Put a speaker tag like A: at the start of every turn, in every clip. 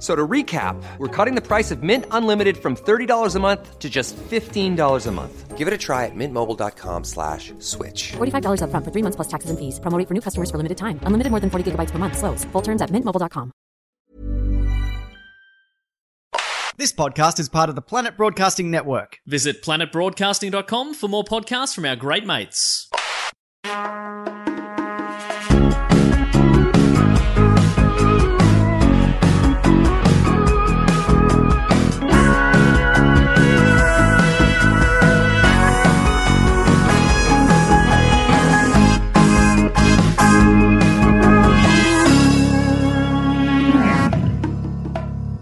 A: So to recap, we're cutting the price of Mint Unlimited from $30 a month to just $15 a month. Give it a try at mintmobile.com slash switch.
B: $45 upfront for three months plus taxes and fees. Promo rate for new customers for limited time. Unlimited more than 40 gigabytes per month. Slows. Full terms at mintmobile.com.
C: This podcast is part of the Planet Broadcasting Network.
D: Visit planetbroadcasting.com for more podcasts from our great mates.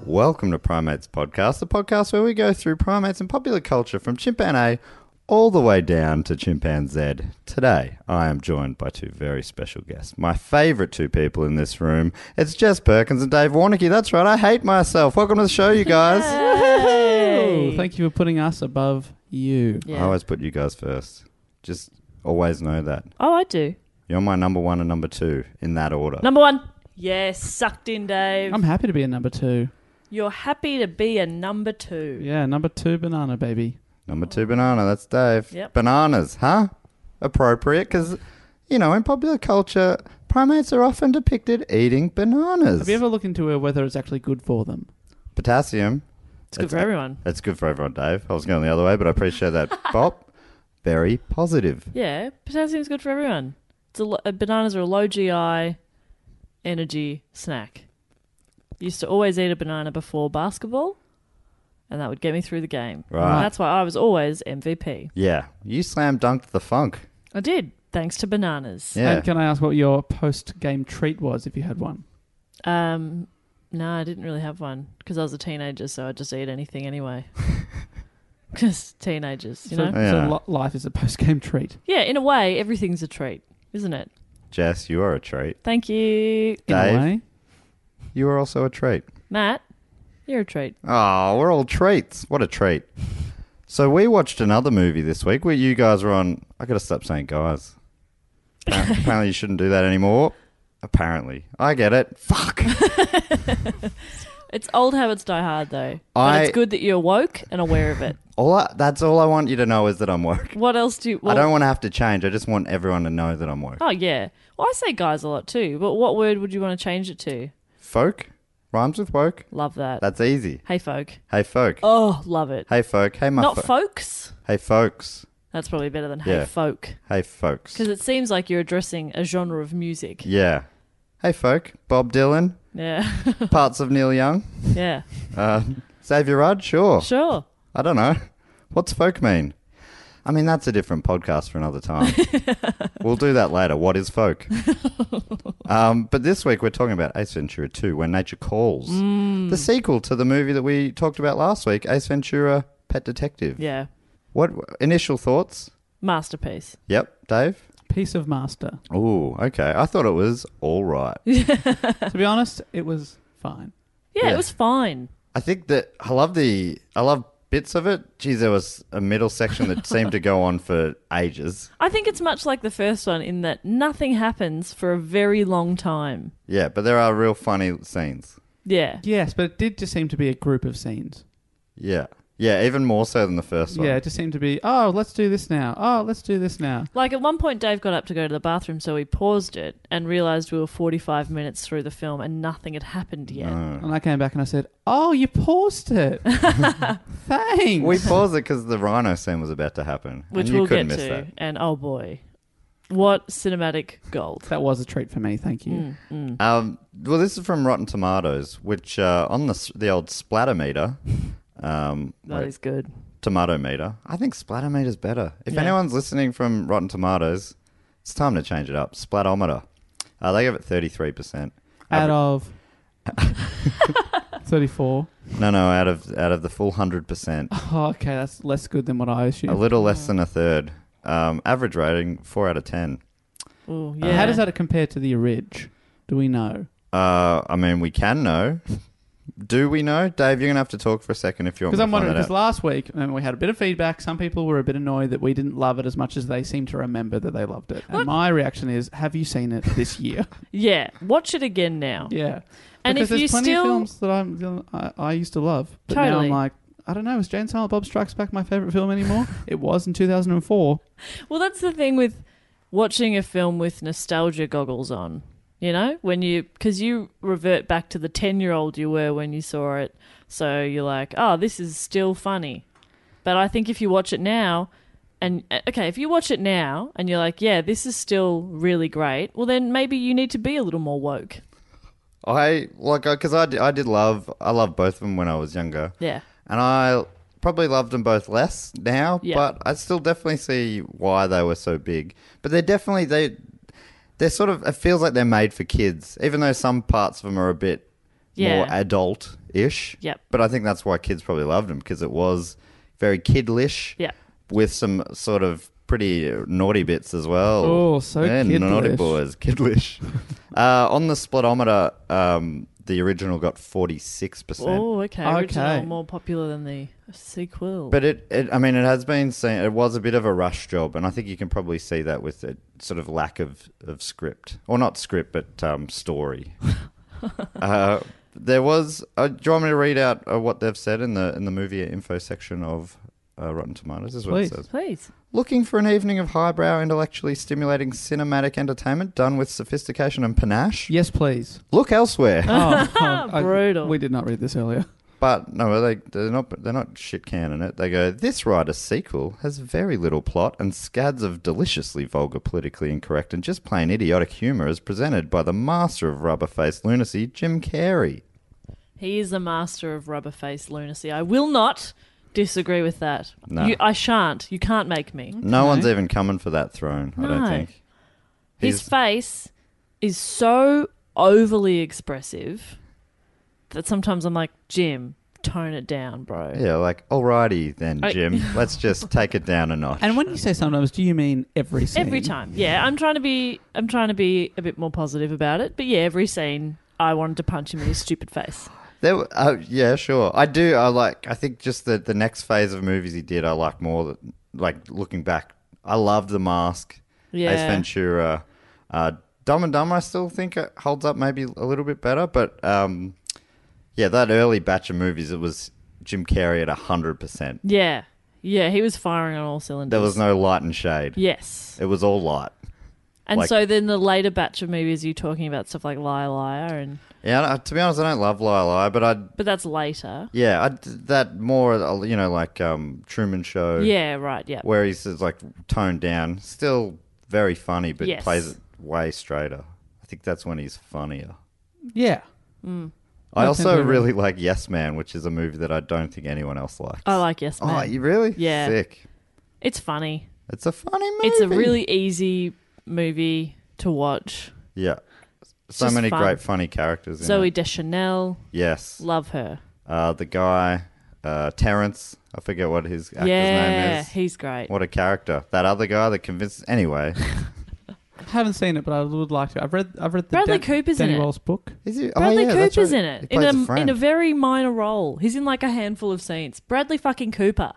E: Welcome to Primates Podcast, the podcast where we go through primates and popular culture from chimpan A all the way down to chimpan Z. Today, I am joined by two very special guests. My favorite two people in this room, it's Jess Perkins and Dave Warnicky. That's right, I hate myself. Welcome to the show, you guys.
F: Oh, thank you for putting us above you.
E: I always put you guys first. Just always know that.
G: Oh, I do.
E: You're my number one and number two in that order.
G: Number one. Yes, sucked in, Dave.
F: I'm happy to be a number two.
G: You're happy to be a number two.
F: Yeah, number two banana baby.
E: Number two banana, that's Dave.
G: Yep.
E: Bananas, huh? Appropriate because, you know, in popular culture, primates are often depicted eating bananas.
F: Have you ever looked into uh, whether it's actually good for them?
E: Potassium.
G: It's good for everyone.
E: That's good for everyone, Dave. I was going the other way, but I appreciate that. Bob, very positive.
G: Yeah, potassium's good for everyone. It's a lo- uh, bananas are a low GI energy snack. Used to always eat a banana before basketball, and that would get me through the game.
E: Right.
G: And that's why I was always MVP.
E: Yeah. You slam dunked the funk.
G: I did, thanks to bananas.
E: Yeah.
F: And can I ask what your post game treat was if you had one?
G: Um, no, I didn't really have one because I was a teenager, so I'd just eat anything anyway. Because teenagers, you
F: so,
G: know.
E: Yeah.
F: so li- life is a post game treat.
G: Yeah, in a way, everything's a treat, isn't it?
E: Jess, you are a treat.
G: Thank you,
F: In
E: Dave?
F: a way.
E: You are also a treat.
G: Matt. You're a treat.
E: Oh, we're all treats. What a treat. So we watched another movie this week where you guys were on. I got to stop saying guys. Apparently, apparently you shouldn't do that anymore. Apparently. I get it. Fuck.
G: It's old habits die hard, though. But
E: I-
G: it's good that you're woke and aware of it.
E: All I, that's all I want you to know is that I'm woke.
G: What else do you?
E: I don't want to have to change. I just want everyone to know that I'm woke.
G: Oh yeah. Well, I say guys a lot too. But what word would you want to change it to?
E: Folk rhymes with woke.
G: Love that.
E: That's easy.
G: hey folk.
E: Hey folk.
G: Oh, love it.
E: Hey folk. Hey my
G: Not
E: fo-
G: folks.
E: Hey folks.
G: That's probably better than
E: Yeah.
G: hey folk
E: Hey folks.
G: because it seems like you're addressing a genre of music.
E: Yeah. Hey folk. Bob Dylan.
G: Yeah.
E: Parts of Neil Young.
G: yeah.
E: Uh, Xavier Rudd. Sure.
G: Sure.
E: I don't know. What's folk mean? I mean, that's a different podcast for another time. we'll do that later. What is folk? um, but this week we're talking about Ace Ventura 2, When Nature Calls, the sequel to the movie that we talked about last week, Ace Ventura Pet Detective.
G: Yeah.
E: What initial thoughts?
G: Masterpiece.
E: Yep, Dave.
F: Piece of master.
E: Oh, okay. I thought it was all right.
F: to be honest, it was fine.
G: Yeah,
E: Yeah.
G: it was fine.
E: I think that I love the I love bits of it. Geez, there was a middle section that seemed to go on for ages.
G: I think it's much like the first one in that nothing happens for a very long time.
E: Yeah, but there are real funny scenes.
G: Yeah.
F: Yes, but it did just seem to be a group of scenes.
E: Yeah. Yeah, even more so than the first one.
F: Yeah, it just seemed to be, oh, let's do this now. Oh, let's do this now.
G: Like at one point, Dave got up to go to the bathroom, so he paused it and realized we were 45 minutes through the film and nothing had happened yet.
F: And I came back and I said, oh, you paused it. Thanks.
E: We paused it because the rhino scene was about to happen,
G: Which
E: and you
G: we'll
E: couldn't
G: get
E: miss
G: to.
E: that.
G: And oh boy, what cinematic gold. Mm,
F: that was a treat for me. Thank you.
E: Um, well, this is from Rotten Tomatoes, which uh, on the s- the old splatter meter, um,
G: That is good.
E: tomato meter. I think splatter meter's better. If
G: Yeah.
E: anyone's listening from Rotten Tomatoes, it's time to change it up. Splatometer. Uh, they gave it thirty three percent.
F: Out of 34.
E: No, no, out of out of the full hundred percent,
F: Oh, okay, that's less good than what I assumed.
E: a little less than a third. Um, average rating four out of ten.
G: Ooh, yeah.
F: How does that compare to the Ridge? Do we know?
E: Uh, I mean, we can know. Do we know, Dave? You're gonna have to talk for a second if you want.
F: Because
E: me to
F: I'm wondering,
E: find that
F: because last week um, we had a bit of feedback. Some people were a bit annoyed that we didn't love it as much as they seem to remember that they loved it. And my reaction is, have you seen it this year?
G: Yeah, watch it again now.
F: yeah.
G: And
F: because
G: if
F: there's
G: you
F: plenty
G: still-
F: of films that I'm, I, I used to love. But now
G: Totally.
F: I'm like, I don't know, is Jane Silent Bob Strikes Back my favourite film anymore? it was in 2004.
G: Well, that's the thing with watching a film with nostalgia goggles on. You know, when you because you revert back to the ten-year-old you were when you saw it, so you're like, "Oh, this is still funny." But I think if you watch it now, and uh, okay, if you watch it now and you're like, "Yeah, this is still really great," well, then maybe you need to be a little more woke.
E: I like because I, did, I did love I loved both of them when I was younger.
G: Yeah.
E: and I probably loved them both less now,
G: Yeah.
E: but I still definitely see why they were so big. But they're definitely they they're sort of it feels like they're made for kids, even though some parts of them are a bit more
G: Yeah.
E: adult ish.
G: Yep.
E: But I think that's why kids probably loved them because it was very kidlish.
G: Yep.
E: With some sort of pretty naughty bits as well.
F: Oh, so
E: Yeah, naughty
F: kidlish.
E: boys, kidlish. uh, on the splitometer, um, the original got forty six percent.
G: Oh, okay.
F: Okay.
G: Original more popular than the sequel.
E: But it, it, I mean, it has been seen. It was a bit of a rush job, and I think you can probably see that with the sort of lack of, of script, or not script, but um, story. uh, there was. Uh, do you want me to read out uh, what they've said in the in the movie info section of uh, Rotten Tomatoes? Is what
F: Please.
E: it says.
G: please,
E: Looking for an evening of highbrow, intellectually stimulating cinematic entertainment done with sophistication and panache.
F: Yes, please.
E: Look elsewhere.
F: Oh, oh, I-
G: Brutal.
F: we did not read this earlier.
E: But no, they they're not they're not shit canning it. They go, this writer's sequel has very little plot and scads of deliciously vulgar, politically incorrect, and just plain idiotic humor as presented by the master of rubber-faced lunacy, Jim Carrey.
G: he is a master of rubber face lunacy. I will not disagree with that.
E: No. Mm.
G: You, I shan't. You can't make me.
E: No one's even coming for that throne. I don't
G: No.
E: think.
G: His
E: He's-
G: face is so overly expressive that sometimes I'm like, Jim, tone it down, bro.
E: Yeah, like alrighty then,
G: I-
E: Jim. Let's just take it down a notch.
F: And when you say sometimes, do you mean every scene?
G: Every time. Yeah, I'm trying to be I'm trying to be a bit more positive about it. But yeah, every scene I wanted to punch him in his stupid face.
E: There, were- uh, yeah, sure. I do. I like. I think just the the next phase of movies he did, I like more. than- Like looking back, I loved The Mask, Ace
G: Yeah.
E: Ventura, uh, Dumb and Dumber. I still think it holds up maybe a little bit better, but um, yeah, that early batch of movies, it was Jim Carrey at hundred percent.
G: Yeah. Yeah, he was firing on all cylinders.
E: There was no light and shade.
G: Yes.
E: It was all light.
G: And
E: Like-
G: so then the later batch of movies you're talking about stuff like Liar Liar and
E: Yeah, I- to be honest, I don't love Lie Lie, but I
G: but that's later.
E: yeah, I did that more uh, you know like um, Truman Show.
G: Yeah, right, yeah.
E: where he's just, like toned down, still very funny, but
G: Yes.
E: plays it way straighter. I think that's when he's funnier.
F: Yeah.
E: I
F: I tend
E: also
F: to agree.
E: really like Yes Man, which is a movie that I don't think anyone else likes.
G: I like Yes Man.
E: Oh, you really?
G: Yeah.
E: Sick.
G: It's funny.
E: It's a funny movie.
G: It's a really easy movie to watch.
E: yeah. So
G: just
E: many
G: fun.
E: great funny characters. In
G: Zoe
E: it.
G: Deschanel,
E: Yes.
G: love her.
E: Uh, the guy, uh, Terrence. I forget what his actor's
G: yeah,
E: name is.
G: he's great.
E: What a character! That other guy that convinced. Anyway,
F: Haven't seen it, but I would like to. I've read. I've read the
G: Bradley
F: Dan-
G: Cooper's in
F: Danny
G: it.
F: Wells book.
E: is he?
G: Bradley
E: oh, yeah, that's
G: Cooper's
E: right.
G: in it
E: He
G: in
E: plays
G: a, in
E: friend.
G: a very minor role. He's in like a handful of scenes. Bradley fucking Cooper.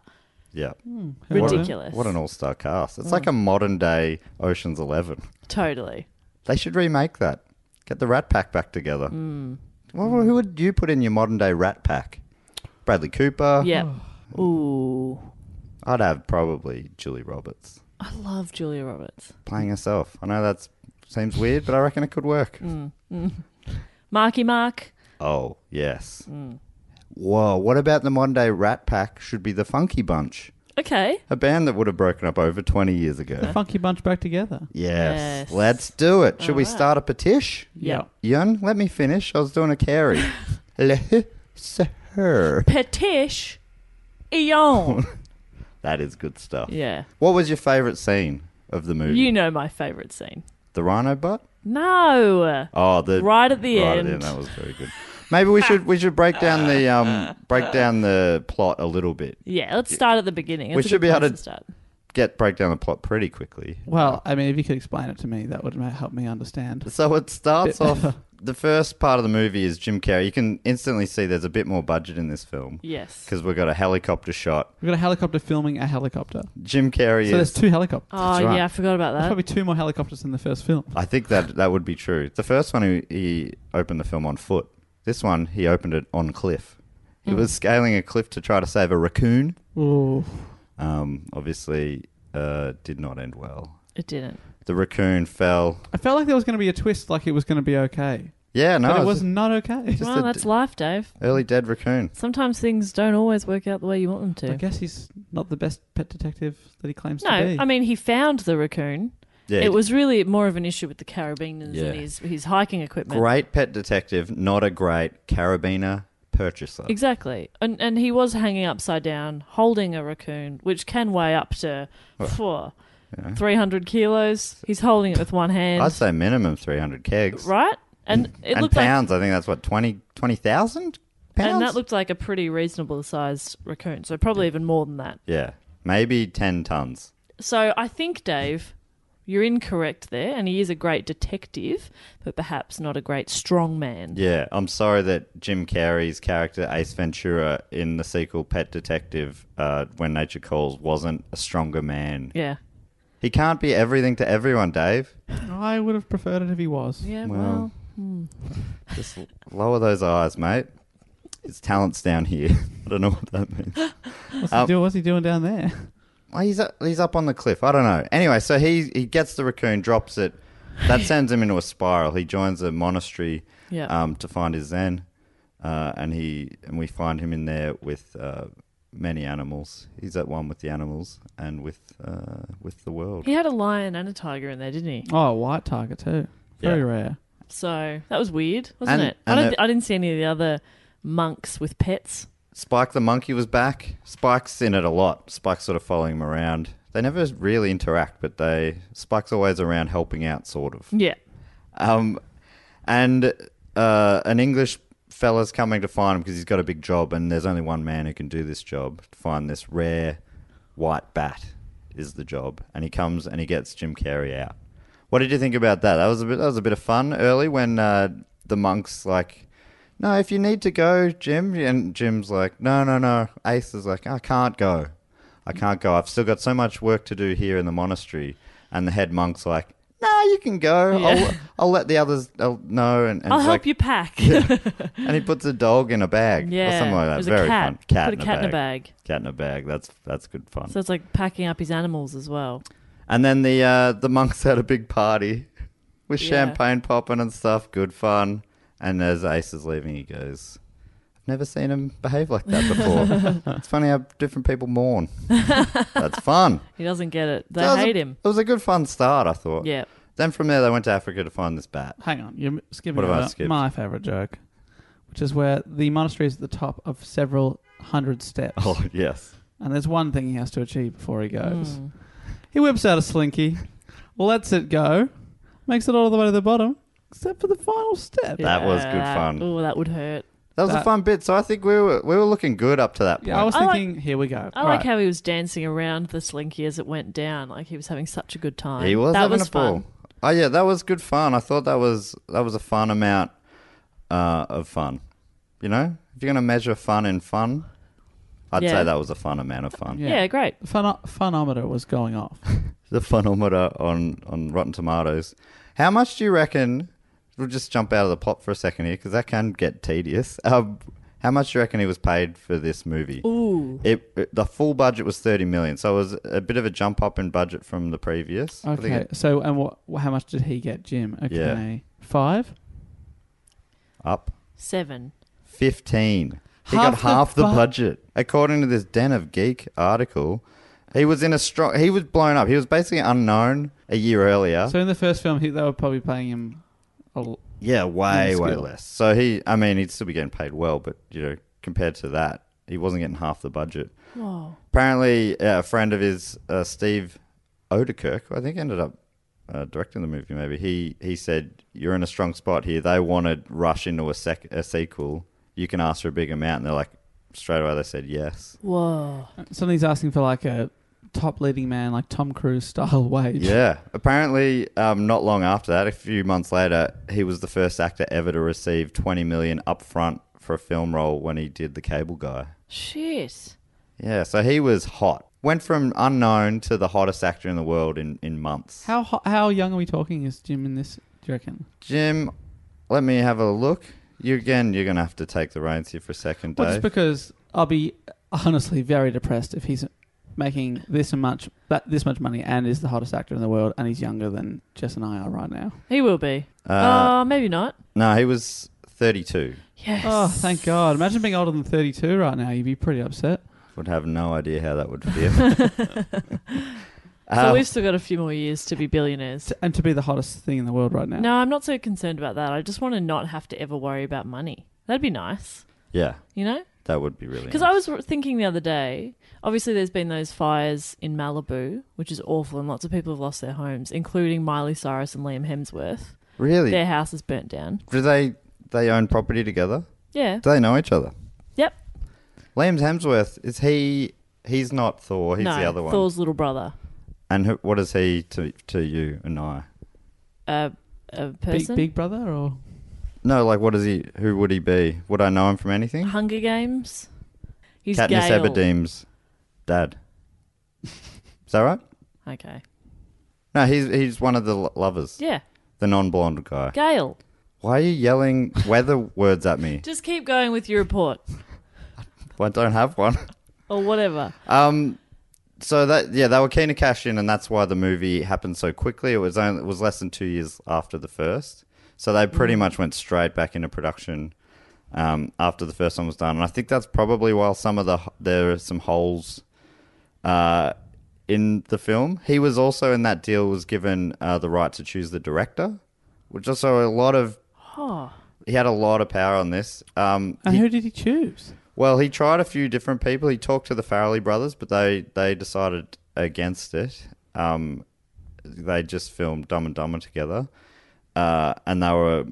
E: yeah.
F: What a-
G: Ridiculous. Oh.
E: What an all star cast. It's like a modern day Ocean's Eleven.
G: Totally.
E: They should remake that. Get the Rat Pack back together.
G: Mm.
E: Well, who would you put in your modern day Rat Pack? Bradley Cooper.
G: Yeah. Ooh,
E: I'd have probably Julie Roberts
G: I love Julia Roberts.
E: playing herself. I know that seems weird, but I reckon it could work.
G: Mm. Marky Mark.
E: Oh, yes.
G: Mm.
E: Whoa, what about the modern day Rat Pack should be the Funky Bunch?
G: Okay.
E: A band that would have broken up over 20 years ago.
F: Funky bunch back together.
E: Yes.
G: Yes.
E: Let's do it. Should we
G: Alright.
E: start a petition?
G: Yeah.
E: Yun, let me finish. I was doing a carry. Le- sir.
G: Petish Eon.
E: That is good stuff.
G: yeah.
E: What was your favourite scene of the movie?
G: You know my favorite scene.
E: the rhino butt?
G: No.
E: Oh, the
G: Right at the
E: right at
G: end.
E: That was very good. Maybe we should we should break down the um break down the plot a little bit.
G: Yeah, let's start at the beginning.
E: We
G: It's a
E: should
G: good
E: be able
G: place
E: to-
G: start.
E: Get break down the plot pretty quickly.
F: Well, I mean, if you could explain it to me, that would ma- help me understand.
E: So it starts off. The first part of the movie is Jim Carrey. You can instantly see there's a bit more budget in this film
G: Yes.
E: because we've got a helicopter shot.
F: We've got a helicopter filming a helicopter.
E: Jim Carrey
F: So there's
E: is.
F: two helicopters.
G: Oh
E: right.
G: yeah, I forgot about
F: There's
G: that.
F: probably two more helicopters in the first film.
E: I think that that would be true. The first one he, he opened the film on foot. This one he opened it on cliff. He was scaling a cliff to try to save a raccoon.
F: Ooh.
E: Um, obviously, uh, did not end well.
G: It didn't.
E: The raccoon fell.
F: I felt like there was going to be a twist, like it was going to be okay.
E: Yeah, no,
F: But it
E: it's
F: was
E: an
F: not okay.
E: Just
G: Well,
E: a-
G: that's life, Dave.
E: early dead raccoon.
G: Sometimes things don't always work out the way you want them to.
F: I guess he's not the best pet detective that he claims
G: No,
F: to be.
G: I mean he found the raccoon.
E: Yeah,
G: It was really more of an issue with the carabiners
E: Yeah.
G: and his his hiking equipment.
E: great pet detective, not a great carabiner purchaser.
G: Exactly, and and he was hanging upside down, holding a raccoon, which can weigh up to four, three hundred kilos. He's holding it with one hand,
E: I'd say minimum three hundred kegs.
G: right? And it
E: and
G: looked like
E: pounds. I think that's what 20 20,000 pounds.
G: And that looked like a pretty reasonable sized raccoon, so probably even more than that.
E: yeah, maybe ten tons.
G: So I think, Dave, you're incorrect there, and he is a great detective, but perhaps not a great strong man.
E: Yeah, I'm sorry that Jim Carrey's character Ace Ventura in the sequel Pet Detective, uh, When Nature Calls, wasn't a stronger man.
G: Yeah.
E: He can't be everything to everyone, Dave.
F: I would have preferred it if he was.
G: Yeah,
E: Well.
G: well.
E: well. Just l- lower those eyes, mate. His talent's down here. I don't know what that means.
F: What's,
E: Um,
F: he doing? What's he doing down there?
E: Well, he's up, he's up on the cliff. I don't know. Anyway, so he he gets the raccoon, drops it. That sends him into a spiral. He joins a monastery
G: Yeah.
E: um, to find his zen, uh, and he and we find him in there with uh, many animals. He's at one with the animals and with uh, with the world.
G: He had a lion and a tiger in there, didn't he?
F: Oh, white tiger too. Very
E: Yeah.
F: rare.
G: So that was weird, wasn't
E: And-
G: it? I,
E: and
G: don't,
E: it-
G: I didn't see any of the other monks with pets.
E: Spike the monkey was back. Spike's in it a lot. Spike's sort of following him around. They never really interact, but they Spike's always around helping out, sort of.
G: Yeah.
E: Um, and uh, an English fella's coming to find him because he's got a big job, and there's only one man who can do this job. To find this rare white bat is the job, and he comes and he gets Jim Carrey out. What did you think about that? That was a bit. That was a bit of fun early when uh, the monks like. No, if you need to go, Jim, and Jim's like, no, no, no. Ace is like, I can't go. I can't go. I've still got so much work to do here in the monastery. And the head monk's like, no, you can go. I'll, I'll let the others i know. And, and
G: I'll
E: it's
G: help
E: like,
G: you pack.
E: And he puts a dog in a bag. Or
G: Yeah.
E: something like that.
G: It was a
E: Very
G: cat.
E: fun. Cat,
G: Put a
E: in,
G: cat
E: a
G: in a bag.
E: Cat in a bag. That's that's good fun.
G: so it's like packing up his animals as well.
E: and then the uh, the monks had a big party with
G: Yeah.
E: champagne popping and stuff. Good fun. And as Ace is leaving, he goes, "I've never seen him behave like that before. it's funny how different people mourn. that's fun.
G: He doesn't get it. They
E: That was a-
G: hate him.
E: It was a good fun start, I thought.
G: Yeah.
E: Then from there, they went to Africa to find this bat.
F: Hang on, you're m- skipping
E: What have I
F: over
E: skipped?
F: my favorite joke, which is where the monastery is at the top of several hundred steps,
E: Oh yes.
F: and there's one thing he has to achieve before he goes.
G: Hmm. Mm.
F: He whips out a slinky, lets it go, makes it all the way to the bottom, except for the final step.
E: That was good
G: Yeah.
E: fun.
G: Oh, that would hurt.
E: That was a
F: That-
E: fun bit. So I think we were we were looking good up to that point.
F: Yeah, I was
G: I like-
F: thinking, here we go.
G: I
F: All
G: like
F: right.
G: how he was dancing around the slinky as it went down. Like he was having such a good time.
E: He was
G: that
E: having
G: was
E: a ball.
G: fun.
E: Oh yeah, that was good fun. I thought that was that was a fun amount uh, of fun. You know, if you're gonna measure fun in fun, I'd
G: Yeah.
E: say that was a fun amount of fun.
F: Yeah.
G: Yeah, great.
F: The phono- phonometer was going off.
E: The funometer on on Rotten Tomatoes. How much do you reckon? We'll just jump out of the plot for a second here because that can get tedious. Um, How much do you reckon he was paid for this movie?
G: Ooh.
E: It, it- the full budget was 30 million, so it was a bit of a jump up in budget from the previous.
G: Uh,
E: I think
F: Okay.
E: it-
F: So and what? How much did he get, Jim? Okay. Five.
E: Up
G: Seven.
E: 15. He
F: Half
E: got
F: the
E: half the
F: bu-
E: budget. According to this Den of Geek article, he was in a strong he was blown up. He was basically unknown a year earlier.
F: So in the first film, he, they were probably paying him. A l-
E: Yeah, way, way
F: skill.
E: less. So he, I mean, he'd still be getting paid well, but, you know, compared to that, he wasn't getting half the budget.
G: Whoa.
E: Apparently, uh, a friend of his, uh, Steve Odekirk, who I think ended up uh, directing the movie, maybe, he, he said, You're in a strong spot here. They want to rush into a, sec- a sequel. You can ask for a big amount. And they're like, straight away, they said yes.
G: Whoa.
F: Somebody's asking for like a top leading man, like Tom Cruise style wage.
E: Yeah. Apparently, um, not long after that, a few months later, he was the first actor ever to receive 20 million upfront for a film role when he did The Cable Guy.
G: Shit.
E: Yeah, so he was hot. Went from unknown to the hottest actor in the world in, in months.
F: How ho- how young are we talking? Is Jim in this? Do you reckon?
E: Jim, let me have a look. You again, you're gonna have to take the reins here for a second,
F: Well, just
E: Dave.
F: because I'll be honestly very depressed if he's making this much that this much money and is the hottest actor in the world and he's younger than Jess and I are right now.
G: He will be. Uh, maybe not.
E: no, he was 32.
G: Yes.
F: Oh, thank God! Imagine being older than thirty-two right now. You'd be pretty upset.
E: Would have no idea how that would feel.
G: So
E: Uh,
G: we've still got a few more years to be billionaires.
F: To- and to be the hottest thing in the world right now.
G: No, I'm not so concerned about that. I just want to not have to ever worry about money. That'd be nice,
E: yeah,
G: you know?
E: that would be really.
G: Because I
E: nice.
G: was r- thinking the other day, obviously, there's been those fires in Malibu, which is awful, and lots of people have lost their homes, including Miley Cyrus and Liam Hemsworth.
E: really.
G: Their house is burnt down.
E: Do they they own property together?
G: Yeah.
E: Do they know each other?
G: Yep.
E: Liam Hemsworth is he? He's not Thor. He's
G: no,
E: the other one.
G: Thor's little brother.
E: and who, what is he to to you and I?
G: A, a
F: big
G: person.
F: Big Brother or
E: No, like what is he? Who would he be? Would I know him from anything?
G: Hunger Games. He's
E: Katniss
G: Gale.
E: Everdeen's dad. is that right?
G: Okay.
E: No, he's he's one of the lo- lovers,
G: Yeah.
E: the non-blonde guy.
G: Gale.
E: Why are you yelling weather words at me?
G: Just keep going with your report
E: Well, I don't have one.
G: or whatever.
E: Um, so that yeah, they were keen to cash in, and that's why the movie happened so quickly. It was only it was less than two years after the first, so they pretty much went straight back into production um, after the first one was done. And I think that's probably why some of the h- there are some holes uh, in the film. He was also in that deal was given uh, the right to choose the director, which also a lot of.
G: Oh,
E: He had a lot of power on this. Um,
F: and
E: he-
F: who did he choose?
E: well, he tried a few different people. He talked to the Farrelly brothers, but they, they decided against it. Um, they just filmed Dumb and Dumber together, uh, and they were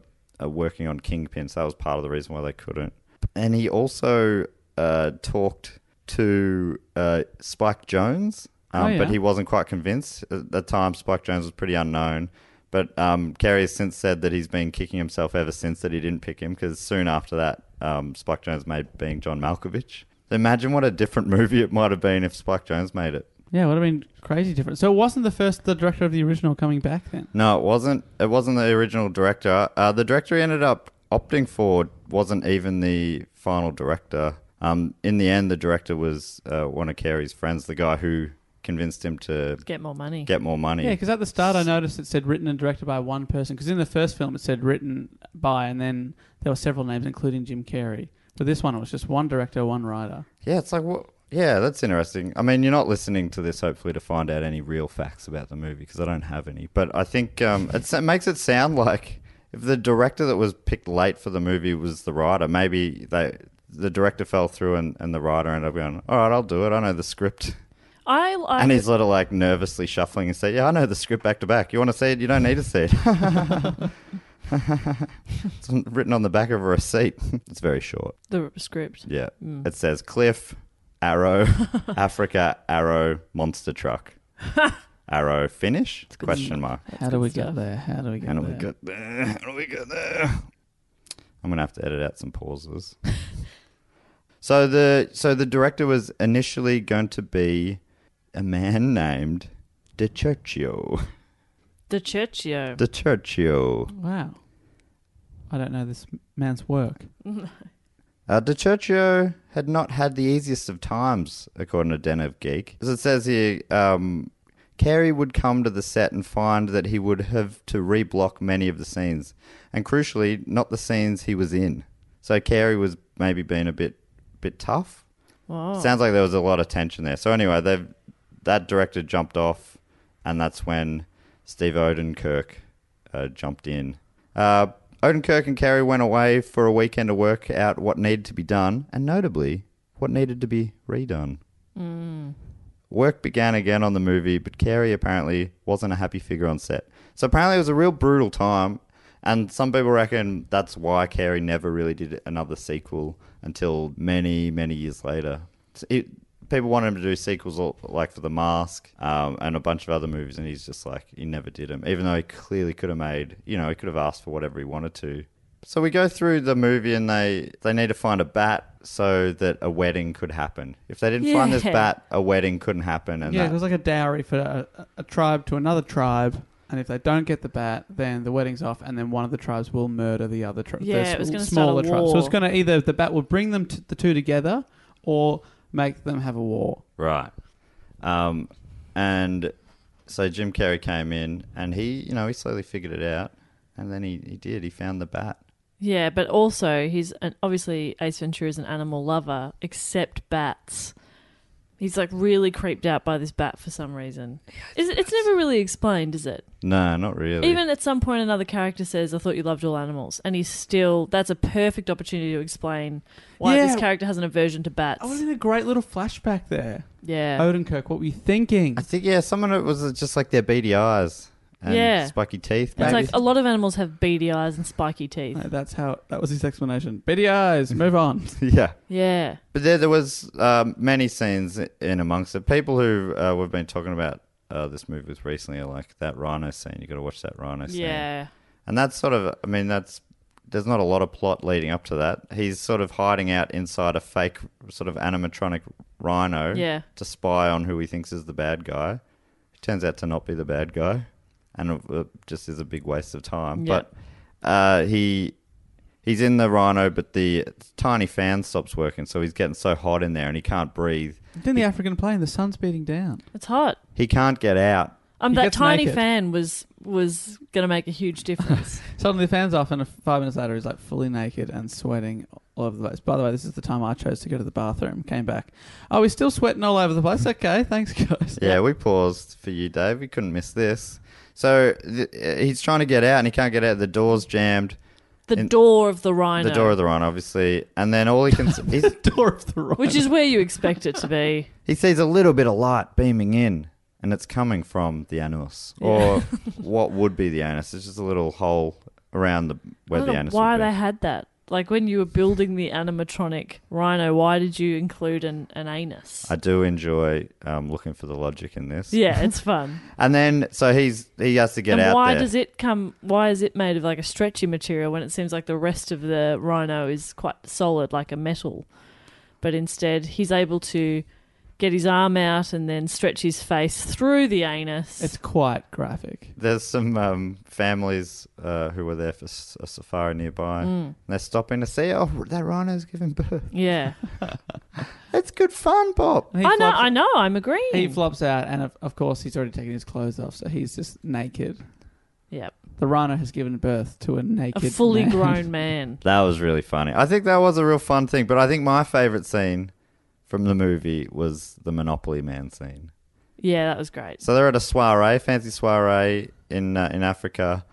E: uh, working on Kingpin, so that was part of the reason why they couldn't. And he also uh, talked to uh, Spike Jones, um,
F: Oh, yeah.
E: but he wasn't quite convinced. At the time, Spike Jones was pretty unknown. But um, Kerry has since said that he's been kicking himself ever since that he didn't pick him because soon after that, um, Spike Jones made being John Malkovich. Imagine what a different movie it might have been if Spike Jones made it.
F: Yeah, would have been crazy different. So it wasn't the first the director of the original coming back then.
E: No, it wasn't. It wasn't the original director. Uh, the director he ended up opting for wasn't even the final director. Um, in the end, the director was uh, one of Carey's friends, the guy who convinced him to
G: Get more money.
E: get more money.
F: Yeah, because at the start I noticed it said written and directed by one person. Because in the first film it said written by, and then there were several names, including Jim Carrey. But this one it was just one director, one writer.
E: Yeah, it's like what. Yeah, that's interesting. I mean, you're not listening to this hopefully to find out any real facts about the movie because I don't have any. But I think um, it's, it makes it sound like if the director that was picked late for the movie was the writer, maybe they the director fell through and, and the writer ended up going, "All right, I'll do it. I know the script."
G: I, I
E: And he's sort of like nervously shuffling and say, "Yeah, I know the script back to back. You want to see it? You don't need to see it." it's written on the back of a receipt. It's very short.
G: the script.
E: Yeah. It says cliff, arrow, Africa, arrow, monster truck. arrow, finish? Question mark.
F: How do we
G: stuff.
F: get there? How do we get
E: How do
F: there?
E: we get there? How do we get there? I'm gonna have to edit out some pauses. so the so the director was initially going to be a man named DiCerchio.
G: The Churchio.
E: DiCerchio.
F: Wow. I don't know this man's work.
E: Uh, DiCerchio had not had the easiest of times, according to Den of Geek. As it says here, um, Carey would come to the set and find that he would have to reblock many of the scenes, and crucially, not the scenes he was in. So Carey was maybe being a bit, bit tough.
G: Wow.
E: Sounds like there was a lot of tension there. So anyway, they have that director jumped off, and that's when Steve Odenkirk uh, jumped in. Uh, Odenkirk and Carey went away for a weekend to work out what needed to be done, and notably, what needed to be redone. Work began again on the movie, but Carey apparently wasn't a happy figure on set. So apparently it was a real brutal time, and some people reckon that's why Carey never really did another sequel until many, many years later. It's- It, people wanted him to do sequels all, like for The Mask um, and a bunch of other movies, and he's just like, he never did them, even though he clearly could have made, you know, he could have asked for whatever he wanted to. So we go through the movie and they, they need to find a bat so that a wedding could happen. If they didn't find this
G: Yeah.
E: bat, a wedding couldn't happen and
F: Yeah,
E: that-
F: it was like a dowry for a, a tribe to another tribe, and if they don't get the bat, then the wedding's off, and then one of the tribes will murder the other tribe.
G: Yeah, it was gonna start a
F: smaller tribe. So it's
G: war.
F: going to either the bat will bring them t the two together, or make them have a war.
E: right um, and so jim carrey came in and he you know he slowly figured it out and then he, he did he found the bat
G: Yeah, but also he's an, obviously Ace Ventura is an animal lover, except bats. He's like really creeped out by this bat for some reason. Is it, it's never really explained, is it?
E: no not really
G: Even at some point, another character says, "I thought you loved all animals," and he's still. That's a perfect opportunity to explain why
F: Yeah.
G: this character has an aversion to bats.
F: Oh, we did a great little flashback there.
G: yeah,
F: Odenkirk, what were you thinking?
E: i think yeah some of it was just like their beady eyes and
G: Yeah.
E: spiky teeth
G: it's
E: maybe
G: like oh. a lot of animals have beady eyes and spiky teeth.
F: No, that's how. That was his explanation. Beady eyes. Move on.
E: yeah
G: Yeah,
E: But there, there was um, many scenes in amongst it. People who uh, we've been talking about uh, this movie with recently are like that rhino scene. You got to watch that rhino scene.
G: yeah,
E: And that's sort of, I mean, that's there's not a lot of plot leading up to that. He's sort of hiding out inside a fake sort of animatronic
F: Oh.
E: rhino
G: Yeah.
E: to spy on who he thinks is the bad guy. It turns out to not be the bad guy, and uh, just is a big waste of time.
G: Yeah.
E: But uh, he he's in the rhino, but the tiny fan stops working, so he's getting so hot in there and he can't breathe.
F: then the African plane. The sun's beating down.
G: it's hot.
E: He can't get out.
G: Um,
F: He
G: that
F: gets
G: tiny
F: naked.
G: fan was was gonna make a huge difference.
F: Suddenly the fan's off, and five minutes later, he's like fully naked and sweating all over the place. By the way, this is the time I chose to go to the bathroom. Came back. Oh, he's still sweating all over the place. Okay, thanks, guys.
E: Yeah, we paused for you, Dave. We couldn't miss this. So th- he's trying to get out and he can't get out. The door's jammed.
G: the
E: In-
G: door of the rhino.
E: The door of the rhino, obviously. And then all he can s- he's,
F: Door of the right.
G: which is where you expect it to be.
E: he sees a little bit of light beaming in, and it's coming from the anus, or what would be the anus. It's just a little hole around the
G: I
E: where
G: don't
E: the
G: know
E: anus.
G: why
E: would be.
G: they had that. Like when you were building the animatronic rhino, why did you include an, an anus?
E: I do enjoy um, looking for the logic in this.
G: yeah, it's fun.
E: And then so he's he has to get
G: and
E: out
G: why
E: there.
G: does it come? Why is it made of like a stretchy material when it seems like the rest of the rhino is quite solid, like a metal? But instead, he's able to get his arm out and then stretch his face through the anus.
F: It's quite graphic.
E: There's some um, families uh, who were there for s- a safari
G: Mm,
E: nearby. And they're stopping to see, oh, that rhino's giving birth.
G: yeah,
E: It's good fun, Bob.
F: And he
G: I know.
F: flops-
G: I know. I'm agreeing.
F: He flops out, and of, of course, he's already taken his clothes off, so he's just naked.
G: yep,
F: The rhino has given birth to a
G: a
F: naked,
G: fully
F: man.
G: grown man.
E: That was really funny. I think that was a real fun thing. But I think my favorite scene from the movie was the Monopoly Man scene.
G: Yeah, that was great.
E: So they're at a soiree, fancy soiree in uh, in Africa,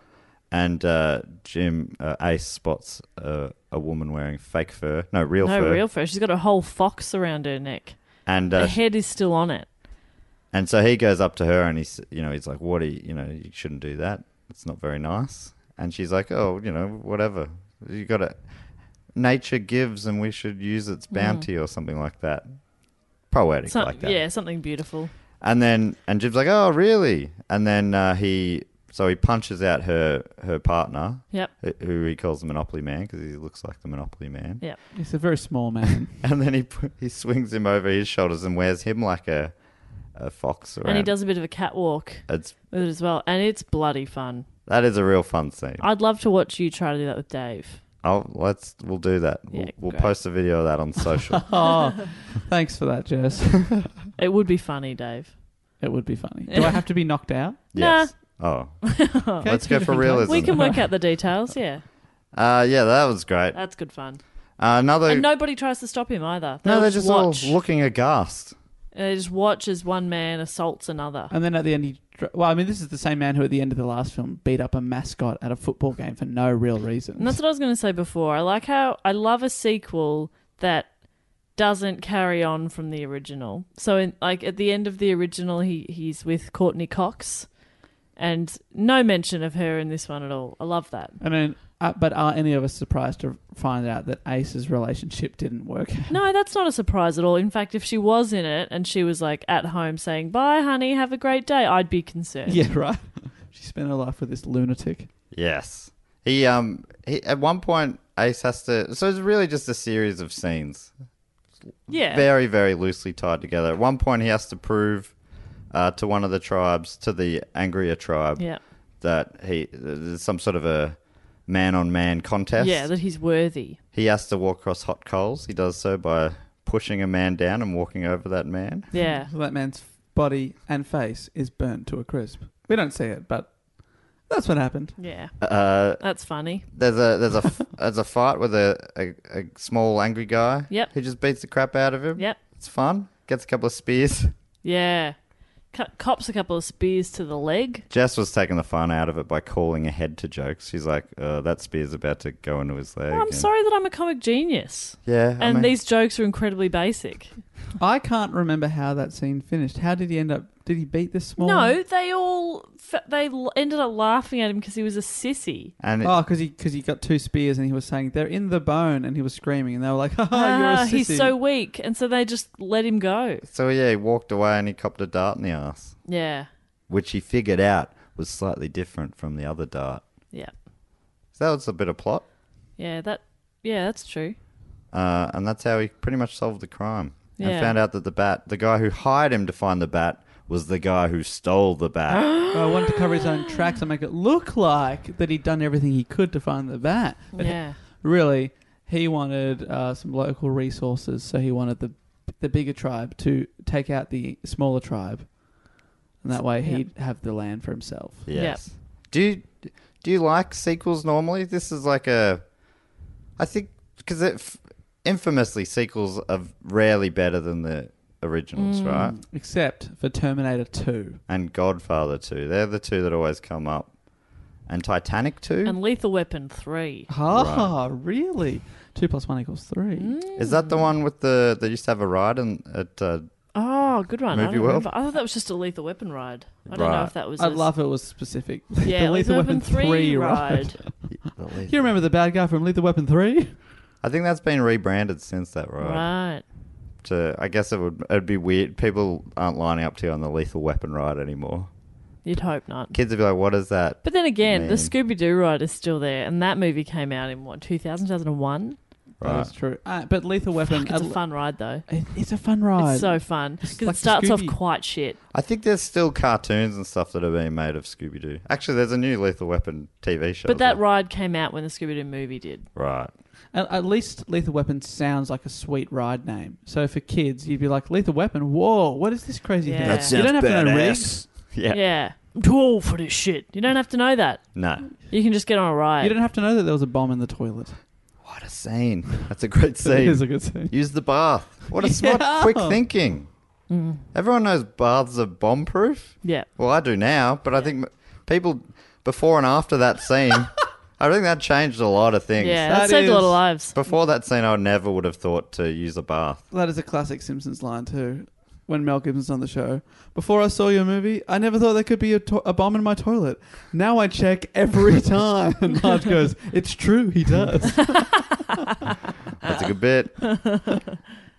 E: and uh, Jim uh, Ace spots uh, a woman wearing fake fur, no real
G: no
E: fur,
G: real fur. She's got a whole fox around her neck.
E: and
G: Her
E: uh,
G: head is still on it.
E: and so he goes up to her and he's you know he's like, what are you, you know you shouldn't do that. It's not very nice. And she's like, oh, you know, whatever. You got to nature gives, and we should use
G: Mm.
E: its bounty or something like that. Poetic
G: Some-
E: like that.
G: Yeah, something beautiful.
E: And then and Jim's like, "Oh, really?" And then uh, he so he punches out her her partner,
G: Yep.
E: wh- who he calls the Monopoly Man because he looks like the Monopoly Man.
G: Yep.
F: He's a very small man.
E: And then he pu- he swings him over his shoulders and wears him like a a fox. Around.
G: And he does a bit of a catwalk
E: It's
G: with it as well. And it's bloody fun.
E: that is a real fun scene.
G: I'd love to watch you try to do that with Dave.
E: I'll let's we'll do that.
G: Yeah,
E: we'll we'll
G: great.
E: post a video of that on social.
F: Oh, thanks for that, Jess.
G: It would be funny, Dave.
F: It would be funny. Do I have to be knocked out?
E: yes. Oh.
F: Okay,
E: Let's
F: two
E: go for
F: different
E: realism.
F: types.
G: We can work out the details. Yeah,
E: Uh yeah, that was great.
G: that's good fun.
E: another
G: And nobody tries to stop him either.
E: No,
G: They'll
E: they're just
G: watch.
E: all looking aghast.
G: And They just watch as one man assaults another.
F: And then at the end, he. dr- Well, I mean, this is the same man who at the end of the last film beat up a mascot at a football game for no real reason.
G: And that's what I was going to say before. I like how I love a sequel that doesn't carry on from the original. So, in, like at the end of the original, he he's with Courtney Cox, and no mention of her in this one at all. I love that.
F: I mean, uh, but are any of us surprised to find out that Ace's relationship didn't work?
G: No, that's not a surprise at all. In fact, if she was in it and she was like at home saying "Bye, honey, have a great day," I'd be concerned.
F: yeah, right. she spent her life with this lunatic.
E: Yes. He um he, at one point Ace has to so it's really just a series of scenes.
G: yeah.
E: Very, very loosely tied together. At one point he has to prove uh, to one of the tribes, to the angrier tribe,
G: yeah.
E: that he there's some sort of a man on man contest.
G: Yeah, that he's worthy.
E: He has to walk across hot coals. He does so by pushing a man down and walking over that man.
G: Yeah.
F: So that man's body and face is burnt to a crisp. We don't see it, but that's what happened.
G: Yeah.
E: Uh,
G: That's funny.
E: there's a there's a f- there's a fight with a, a, a small angry guy.
G: Yep.
E: Who just beats the crap out of him.
G: Yep.
E: It's fun. Gets a couple of spears.
G: Yeah. Co- cops a couple of spears to the leg.
E: Jess was taking the fun out of it by calling ahead to jokes. She's like, uh, "That spear's about to go into his leg."
G: Oh, I'm
E: and-
G: sorry that I'm a comic genius.
E: Yeah. I
G: and
E: mean-
G: these jokes are incredibly basic.
F: I can't remember how that scene finished. How did he end up? Did he beat this small?
G: No, they all f- they l- ended up laughing at him because he was a sissy.
E: And it-
F: Oh, because he because he got two spears and he was saying they're in the bone and he was screaming and they were like, "Ha ha, you're a
G: Ah,
F: sissy."
G: he's so weak, and so they just let him go.
E: so yeah, he walked away and he copped a dart in the ass,
G: Yeah,
E: which he figured out was slightly different from the other dart.
G: yeah,
E: So that was a bit of plot.
G: yeah. That yeah, that's true.
E: uh, and that's how he pretty much solved the crime. And
G: Yeah.
E: found out that the bat, the guy who hired him to find the bat, was the guy who stole the bat.
F: Well, Oh, I wanted to cover his own tracks and make it look like that he'd done everything he could to find the bat. But
G: Yeah,
F: really, he wanted uh, some local resources, so he wanted the the bigger tribe to take out the smaller tribe, and that way
G: Yeah.
F: he'd have the land for himself.
E: yes. Do you do you like sequels normally? This is like a, I think because it f- infamously sequels are rarely better than the originals,
G: Mm.
E: right?
F: Um, Except for Terminator Two.
E: And Godfather two, they're the two that always come up, and Titanic two.
G: and Lethal Weapon three.
F: Ah, really? Two plus one equals three.
G: Mm.
E: is that the one with the they used to have a ride and at uh,
G: Oh, good one. I
E: Movie
G: don't
E: World?
G: remember. I thought that was just a Lethal Weapon ride. I don't know
E: Right.
G: if that was.
F: I
G: a-
F: love it was specific.
G: Yeah,
F: the
G: Lethal, Weapon, three, ride.
F: You remember the bad guy from Lethal Weapon Three?
E: I think that's been rebranded since that ride.
G: right.
E: to I guess it would it'd be weird. People aren't lining up to you on the Lethal Weapon ride anymore.
G: You'd hope not.
E: Kids would be like, "What is that?"
G: But then again, the
E: Man.
G: Scooby Doo ride is still there, and that movie came out in what 2000, 2001.
F: That is true. Uh, but Lethal Weapon.
G: Fuck, it's
F: I
G: a
F: l-
G: fun ride though.
F: It- It's a fun ride.
G: It's so fun because
F: like
G: it starts off
F: Scooby.
G: quite shit.
E: I think there's still cartoons and stuff that are being made of Scooby Doo. Actually, there's a new Lethal Weapon TV show.
G: But
E: as
G: that
E: well.
G: ride came out when the Scooby Doo movie did.
E: right?
F: At, at least Lethal Weapon sounds like a sweet ride name. So for kids, you'd be like, Lethal Weapon, whoa, what is this crazy
G: Yeah.
F: thing?
G: That
F: you don't have to know rigs.
E: Yeah.
G: Yeah, I'm too old for this shit. You don't have to know that.
E: No.
G: You can just get on a ride.
F: You don't have to know that there was a bomb in the toilet.
E: What a scene! That's a great
F: It is a
E: scene.
F: good scene.
E: Use the bath. What a smart,
F: Yeah.
E: quick thinking.
G: Mm.
E: Everyone knows baths are bomb proof.
G: yeah,
E: Well, I do now, but I think m- people before and after that scene, I think that changed a lot of things.
G: yeah,
F: That
G: that, saved a lot
F: is-
G: of lives.
E: Before that scene, I never would have thought to use a bath.
F: That is a classic Simpsons line too. When Mel Gibson's on the show, before I saw your movie, I never thought there could be a, to- a bomb in my toilet. Now I check every time. And Marge goes, "It's true, he does."
E: That's a good bit.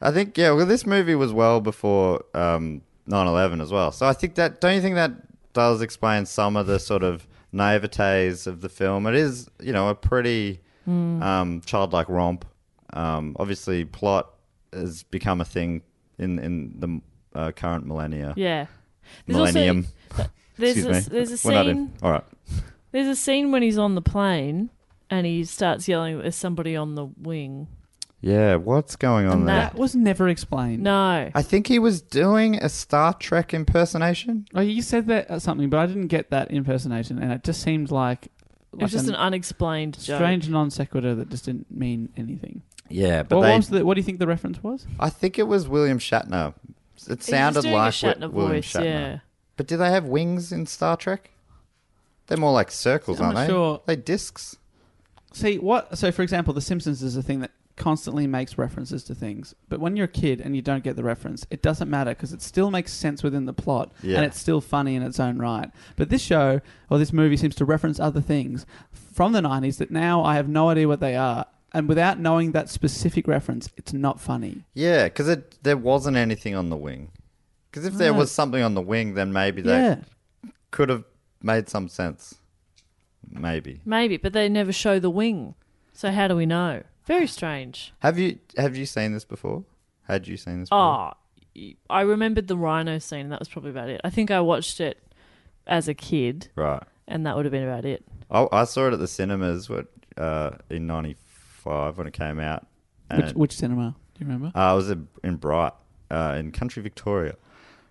E: I think, yeah, well, this movie was well before um, 9-11 as well. So I think that, don't you think that does explain some of the sort of naivetes of the film? It is, you know, a pretty
G: Hmm.
E: um, childlike romp. Um, obviously, plot has become a thing in, in the uh, current millennia.
G: Yeah, There's also-
E: Millennium.
G: there's
E: Excuse
G: a,
E: me.
G: there's a
E: We're not in-
G: scene.
E: All right.
G: There's a scene when he's on the plane and he starts yelling, "There's somebody on the wing."
E: Yeah, what's going on
G: And
E: there?
G: that-
F: That was never explained.
G: No,
E: I think he was doing a Star Trek impersonation.
F: Oh, you said that uh, something, but I didn't get that impersonation, and it just seemed like,
G: it
F: like
G: was just an unexplained joke.
F: strange non sequitur that just didn't mean anything.
E: Yeah, but
F: What
E: they,
F: was the, What do you think the reference was?
E: I think it was William Shatner. It
G: He was
E: sounded
G: doing
E: like
G: a Shatner
E: Wi- William
G: voice,
E: Shatner.
G: yeah.
E: But do they have wings in Star Trek? They're more like circles,
F: I'm
E: aren't
F: not
E: they?
F: sure.
E: They discs.
F: See what? So, for example, The Simpsons is a thing that constantly makes references to things, but when you're a kid and you don't get the reference, it doesn't matter because it still makes sense within the plot
E: Yeah.
F: and it's still funny in its own right. But this show or this movie seems to reference other things from the '90s that now I have no idea what they are, and without knowing that specific reference, it's not funny.
E: Yeah, because it there wasn't anything on the wing. Because if there was something on the wing, then maybe they
F: Yeah.
E: could have made some sense. Maybe.
G: Maybe, but they never show the wing. So how do we know? Very strange.
E: Have you have you seen this before? Had you seen this? before?
G: Oh, y- I remembered the rhino scene. and That was probably about it. I think I watched it as a kid,
E: right.
G: and that would have been about it.
E: I, I saw it at the cinemas what, uh, in '95 when it came out. And
F: Which,
E: it-
F: which cinema? Do you remember?
E: Uh, I was in in Bright, uh, in country Victoria,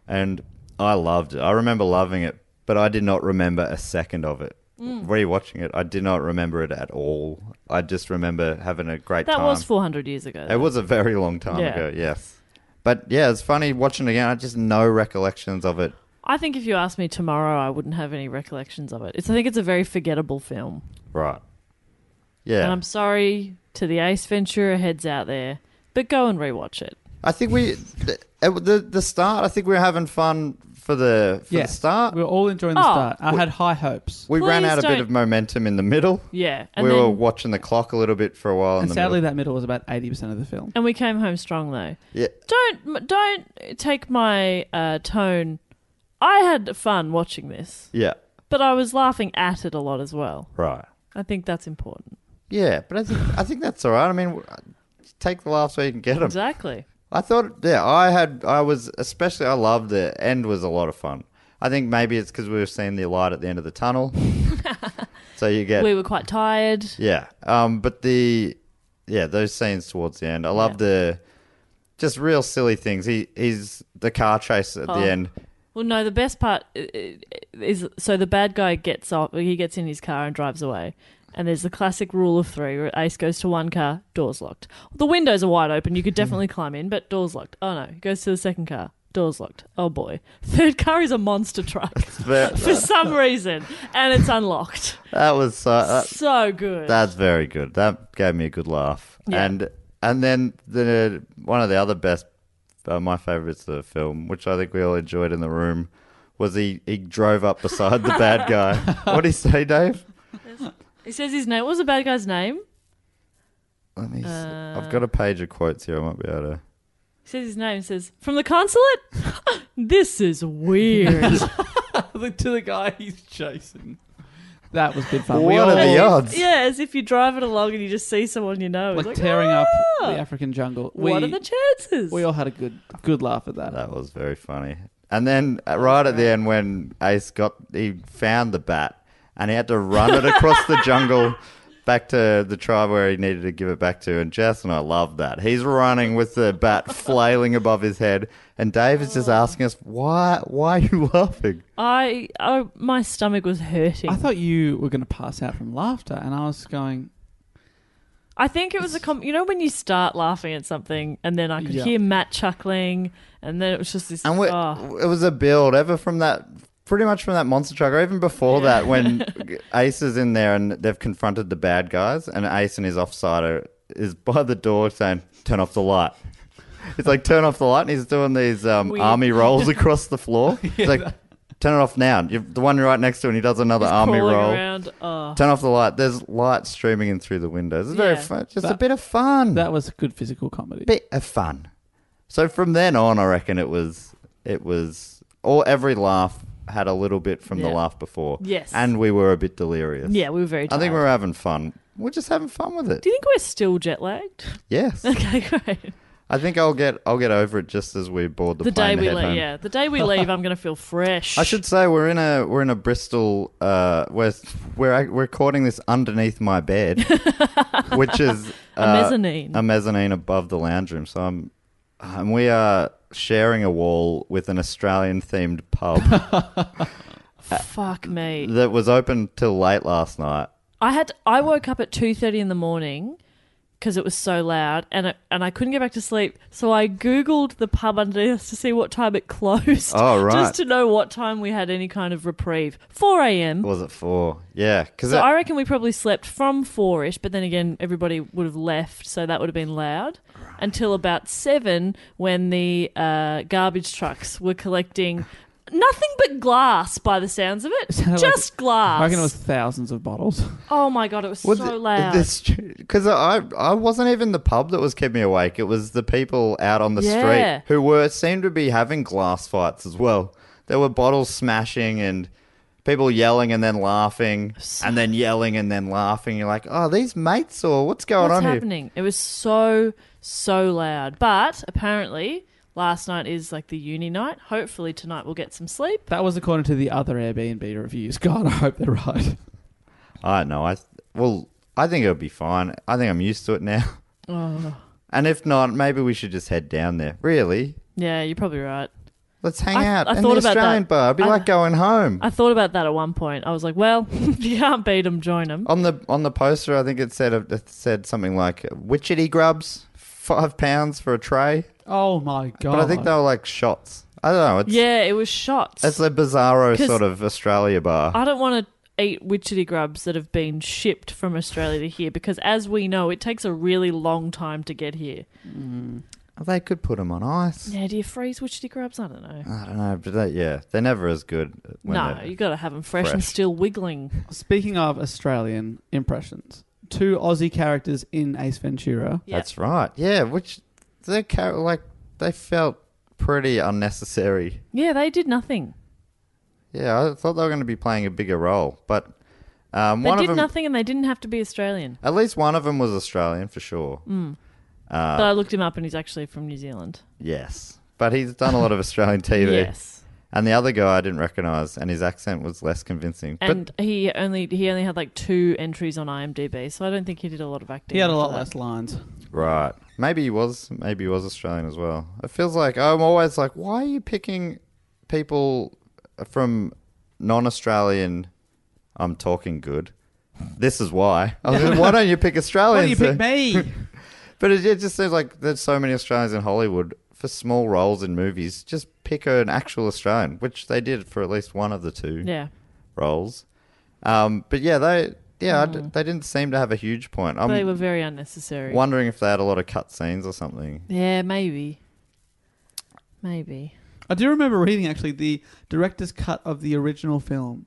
E: and I loved it. I remember loving it, but I did not remember a second of it.
G: Mm.
E: Rewatching it, I did not remember it at all. I just remember having a great
G: That
E: time.
G: was 400 years ago.
E: it was a very long time
G: Yeah.
E: ago, yes. But yeah, it's funny watching it again. I just no recollections of it.
G: I think if you asked me tomorrow, I wouldn't have any recollections of it. It's, I think it's a very forgettable film.
E: Right.
G: And
E: Yeah.
G: I'm sorry to the Ace Ventura heads out there, but go and rewatch it.
E: I think we, the, uh, the, the start, I think we were having fun for the, for the start.
F: We were all enjoying the
G: Oh.
F: start. I had high hopes.
E: We ran
G: Please
E: out a bit
G: don't-
E: of momentum in the middle.
G: Yeah. And
E: we
G: then,
E: were watching the clock a little bit for a while. in
F: And
E: the
F: sadly,
E: middle.
F: that middle was about 80% of the film.
G: and we came home strong though.
E: Yeah.
G: Don't don't take my uh, tone. I had fun watching this,
E: Yeah.
G: but I was laughing at it a lot as well.
E: Right.
G: I think that's important.
E: Yeah, but I think I think that's all right. I mean, w- take the laughs where you can get them.
G: Exactly.
E: I thought, yeah, I had, I was especially, I loved it. End was a lot of fun. I think maybe it's because we were seeing the light at the end of the tunnel, so you get,
G: We were quite tired.
E: yeah. Um, but the, yeah, those scenes towards the end, I love
G: Yeah.
E: the, just real silly things. He he's the car chase at
G: Oh.
E: the end.
G: Well, no, the best part i- i- is so the bad guy gets off, he gets in his car and drives away. And there's the classic rule of three where Ace goes to one car, doors locked. The windows are wide open, you could definitely climb in, but doors locked. Oh no, he goes to the second car, doors locked. Oh boy. Third car is a monster truck
E: But
G: for some reason, and it's unlocked.
E: that was so. Uh, that-
G: So good.
E: That's very good. That gave me a good laugh.
G: Yeah.
E: And and then the one of the other best, uh, my favourites of the film, which I think we all enjoyed in the room, was he he drove up beside the bad guy. What did he say, Dave?
G: He says his name. What was the bad guy's name?
E: Let me. s
G: Uh,
E: I've got a page of quotes here. I might be able to.
G: He says his name. He says, From the consulate? this is weird.
F: the, to the guy he's chasing. That was good fun.
E: What
F: we all
E: are the
F: like
E: odds?
G: yeah, as if you drive it along and you just see someone you know. It's like,
F: tearing up
G: "Ah!"
F: the African jungle. We,
G: What are the chances?
F: we all had a good good laugh at that.
E: That was very funny. And then uh, right at the end, when Ace got he found the bat and he had to run it across the jungle back to the tribe where he needed to give it back to. And Jess and I love that. He's running with the bat flailing above his head, and Dave is just asking us why why are you laughing?
G: I, I, my stomach was hurting.
F: I thought you were going to pass out from laughter, and I was going,
G: I think it was a com- you know when you start laughing at something and then I could
F: Yeah.
G: hear Matt chuckling and then it was just this.
E: And we,
G: oh.
E: it was a build ever from that, pretty much from that monster truck, or even before that, when Ace is in there and they've confronted the bad guys, and Ace and his offsider is by the door saying, "Turn off the light." It's like turn off the light, and he's doing these um,
G: Weird.
E: army rolls across the floor. He's like, "Turn it off now." You're the one right next to, him, and he does another
G: He's
E: army
G: crawling
E: roll.
G: around. Oh.
E: Turn off the light. There's light streaming in through the windows. It's very
G: Yeah.
E: fun. Just a
F: That-
E: bit of fun
F: that was good physical comedy.
E: bit of fun. So from then on, I reckon it was it was or every laugh had a little bit from the
G: Yeah.
E: laugh before.
G: Yes.
E: and we were a bit delirious.
G: Yeah, we were very.
E: I
G: Tired.
E: think we were having fun. We're just having fun with it.
G: Do you think we're still jet lagged?
E: yes,
G: Okay, great.
E: I I think I'll get I'll get over it just as we board the,
G: The day
E: plane to
G: we
E: head home.
G: leave, yeah, the day we leave, I'm going to feel fresh.
E: I should say we're in a we're in a Bristol uh we're we're we're recording this underneath my bed, which is uh,
G: a mezzanine.
E: a mezzanine above the lounge room. So I'm and we are sharing a wall with an Australian themed pub uh,
G: Fuck me.
E: that was open till late last night.
G: I had I woke up at two thirty in the morning because it was so loud, and it, and I couldn't get back to sleep. So I googled the pub underneath to see what time it closed.
E: Oh, right.
G: just to know what time we had any kind of reprieve. Four a.m.
E: Was it four? Yeah, because
G: So I reckon we probably slept from four ish, but then again, everybody would have left, so that would have been loud until about seven when the uh, garbage trucks were collecting nothing but glass by the sounds of it.
F: sounded like-
G: Just glass.
F: I reckon it was thousands of bottles.
G: oh my god, it was so loud.
E: Because I I wasn't even the pub that was keeping me awake. It was the people out on the
G: Yeah.
E: street who were seemed to be having glass fights as well. There were bottles smashing and people yelling and then laughing and then yelling and then laughing. You're like, oh, these mates or what's going
G: What's
E: on here?
G: happening? It was so so loud. But apparently, last night is like the uni night. Hopefully tonight we'll get some sleep.
F: that was according to the other Airbnb reviews. God, I hope they're right.
E: I don't know. I well, I think it'll be fine. I think I'm used to it now.
G: Oh.
E: And if not, maybe we should just head down there. Really,
G: Yeah, you're probably right.
E: let's hang
G: I-
E: out
G: I
E: in the
G: thought about
E: Australian
G: that.
E: bar. It'd be
G: I-
E: like going home.
G: I thought about that at one point. I was like, well, if you can't beat 'em, join 'em.
E: on the on the poster, I think it said uh, it said something like "witchetty grubs, five pounds for a tray."
F: Oh my god!
E: But I think they were like shots. I don't know. It's,
G: Yeah, it was shots.
E: it's a bizarro
G: 'Cause-
E: sort of Australia bar.
G: I don't want to eat witchetty grubs that have been shipped from Australia to here because, as we know, it takes a really long time to get here.
E: they could put them on ice.
G: Yeah, do you freeze witchetty grubs? I don't know.
E: I don't know, but they, yeah, they're never as good. When
G: no,
E: they're-
G: you got to have them fresh, and
E: fresh.
G: still wiggling.
F: Speaking of Australian impressions, two Aussie characters in Ace Ventura.
G: Yeah.
E: that's right. Yeah, which they car- like they felt pretty unnecessary.
G: Yeah, they did nothing.
E: Yeah, I thought they were going to be playing a bigger role, but um,
G: They
E: one
G: did
E: of them,
G: nothing, and they didn't have to be Australian.
E: at least one of them was Australian for sure. Uh,
G: but I looked him up, and he's actually from New Zealand.
E: Yes. But he's done a lot of Australian TV.
G: Yes,
E: And the other guy I didn't recognise, and his accent was less convincing.
G: and he only he only had like two entries on IMDb, so I don't think he did a lot of acting.
F: He had a
G: after
F: lot
G: that.
F: less lines.
E: but right, maybe he was, maybe he was Australian as well. It feels like I'm always like, why are you picking people from non-Australian? I'm talking good. This is why. I was like, why don't you pick
F: Why do you
E: Australians?
F: pick me?
E: But it, it just seems like there's so many Australians in Hollywood for small roles in movies. Just pick an actual Australian, which they did for at least one of the two.
G: Yeah,
E: roles. Um, but yeah, they yeah I d they didn't seem to have a huge point. I'm
G: Mm. they were very unnecessary.
E: wondering if they had a lot of cut scenes or something.
G: Yeah, maybe, maybe.
F: I do remember reading actually the director's cut of the original film.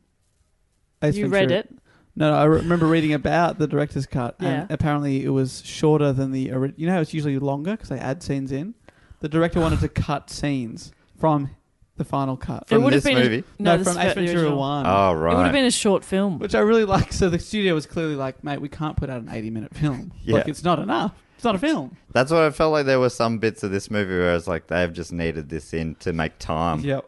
F: Ace
G: you read
F: Ventura.
G: it.
F: No, no, I re- remember reading about the director's cut,
G: Yeah.
F: and apparently it was shorter than the original. You know, how it's usually longer because they add scenes in. The director wanted to cut scenes from the final cut.
E: From
G: it would
E: this
G: have been
E: movie?
G: A, no,
F: no,
G: this
F: from
G: is
F: Ace
G: about the
F: Ventura
G: original.
F: One,
E: Oh
G: It would
E: right,
G: have been a short film.
F: which I really like. So the studio was clearly like, "Mate, we can't put out an eighty-minute film.
E: Yeah.
F: Like, it's not enough. It's not a film."
E: that's what I felt like. There were some bits of this movie where I was like, they've just needed this in to make time.
F: Yep.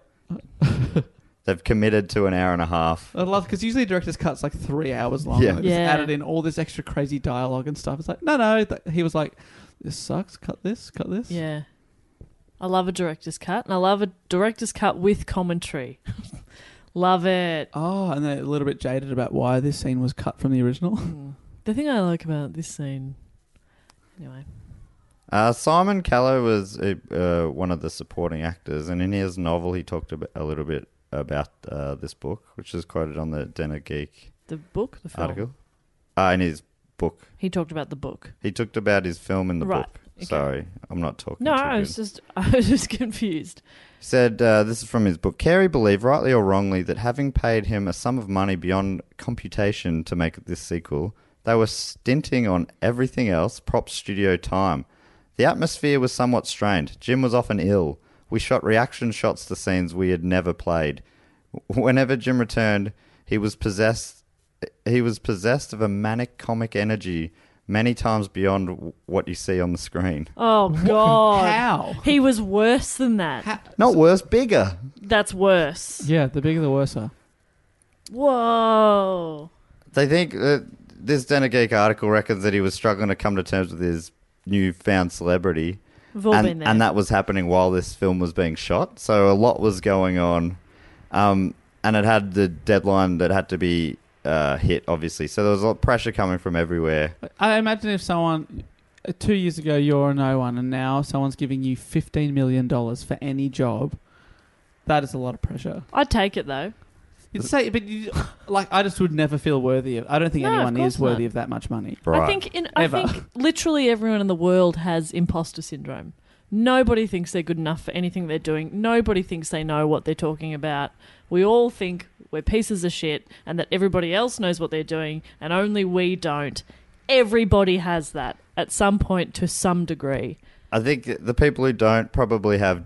E: They've committed to an hour and a half.
F: I love because usually director's cuts like three hours long.
E: Yeah.
F: and they just
G: Yeah.
F: added in all this extra crazy dialogue and stuff. It's like, no, no. Th- he was like, "This sucks. Cut this. Cut this."
G: Yeah. I love a director's cut, and I love a director's cut with commentary. love it.
F: Oh, and they're a little bit jaded about why this scene was cut from the original.
G: Hmm. The thing I like about this scene. Anyway.
E: Uh, Simon Callow was uh, uh, one of the supporting actors, and in his novel, he talked a, bit, a little bit about uh, this book, which is quoted on the Denner Geek
G: The book, the film.
E: article. Uh, in his book,
G: He talked about the book.
E: He talked about his film in the
G: Right,
E: book.
G: okay.
E: Sorry, I'm not talking.
G: No,
E: too
G: I
E: good.
G: was just I was just confused.
E: He said uh, this is from his book. Carey believed, rightly or wrongly, that having paid him a sum of money beyond computation to make this sequel, they were stinting on everything else, prop studio time. The atmosphere was somewhat strained. Jim was often ill. We shot reaction shots to scenes we had never played. Whenever Jim returned, he was possessed. He was possessed of a manic comic energy, many times beyond w- what you see on the screen.
G: Oh god.
F: How?
G: He was worse than that.
E: Not worse, bigger.
G: That's worse.
F: Yeah, the bigger the worse. are.
G: Whoa.
E: They think uh, this Denner Geek article reckons that he was struggling to come to terms with his newfound celebrity.
G: We've all been
E: and,
G: there.
E: and that was happening while this film was being shot. So a lot was going on, um, and it had the deadline that had to be uh, hit, obviously. So there was a lot of pressure coming from everywhere.
F: I imagine if someone uh, two years ago you're no one, and now someone's giving you fifteen million dollars for any job. That is a lot of pressure.
G: I'd take it though.
F: You'd say, but you, like, I just would never feel worthy of. I don't think
G: No, of
F: anyone is
G: course not.
F: worthy of that much money.
E: Right.
G: I think in I
F: Ever.
G: think literally everyone in the world has imposter syndrome. Nobody thinks they're good enough for anything they're doing. Nobody thinks they know what they're talking about. We all think we're pieces of shit and that everybody else knows what they're doing and only we don't. Everybody has that at some point to some degree.
E: I think the people who don't probably have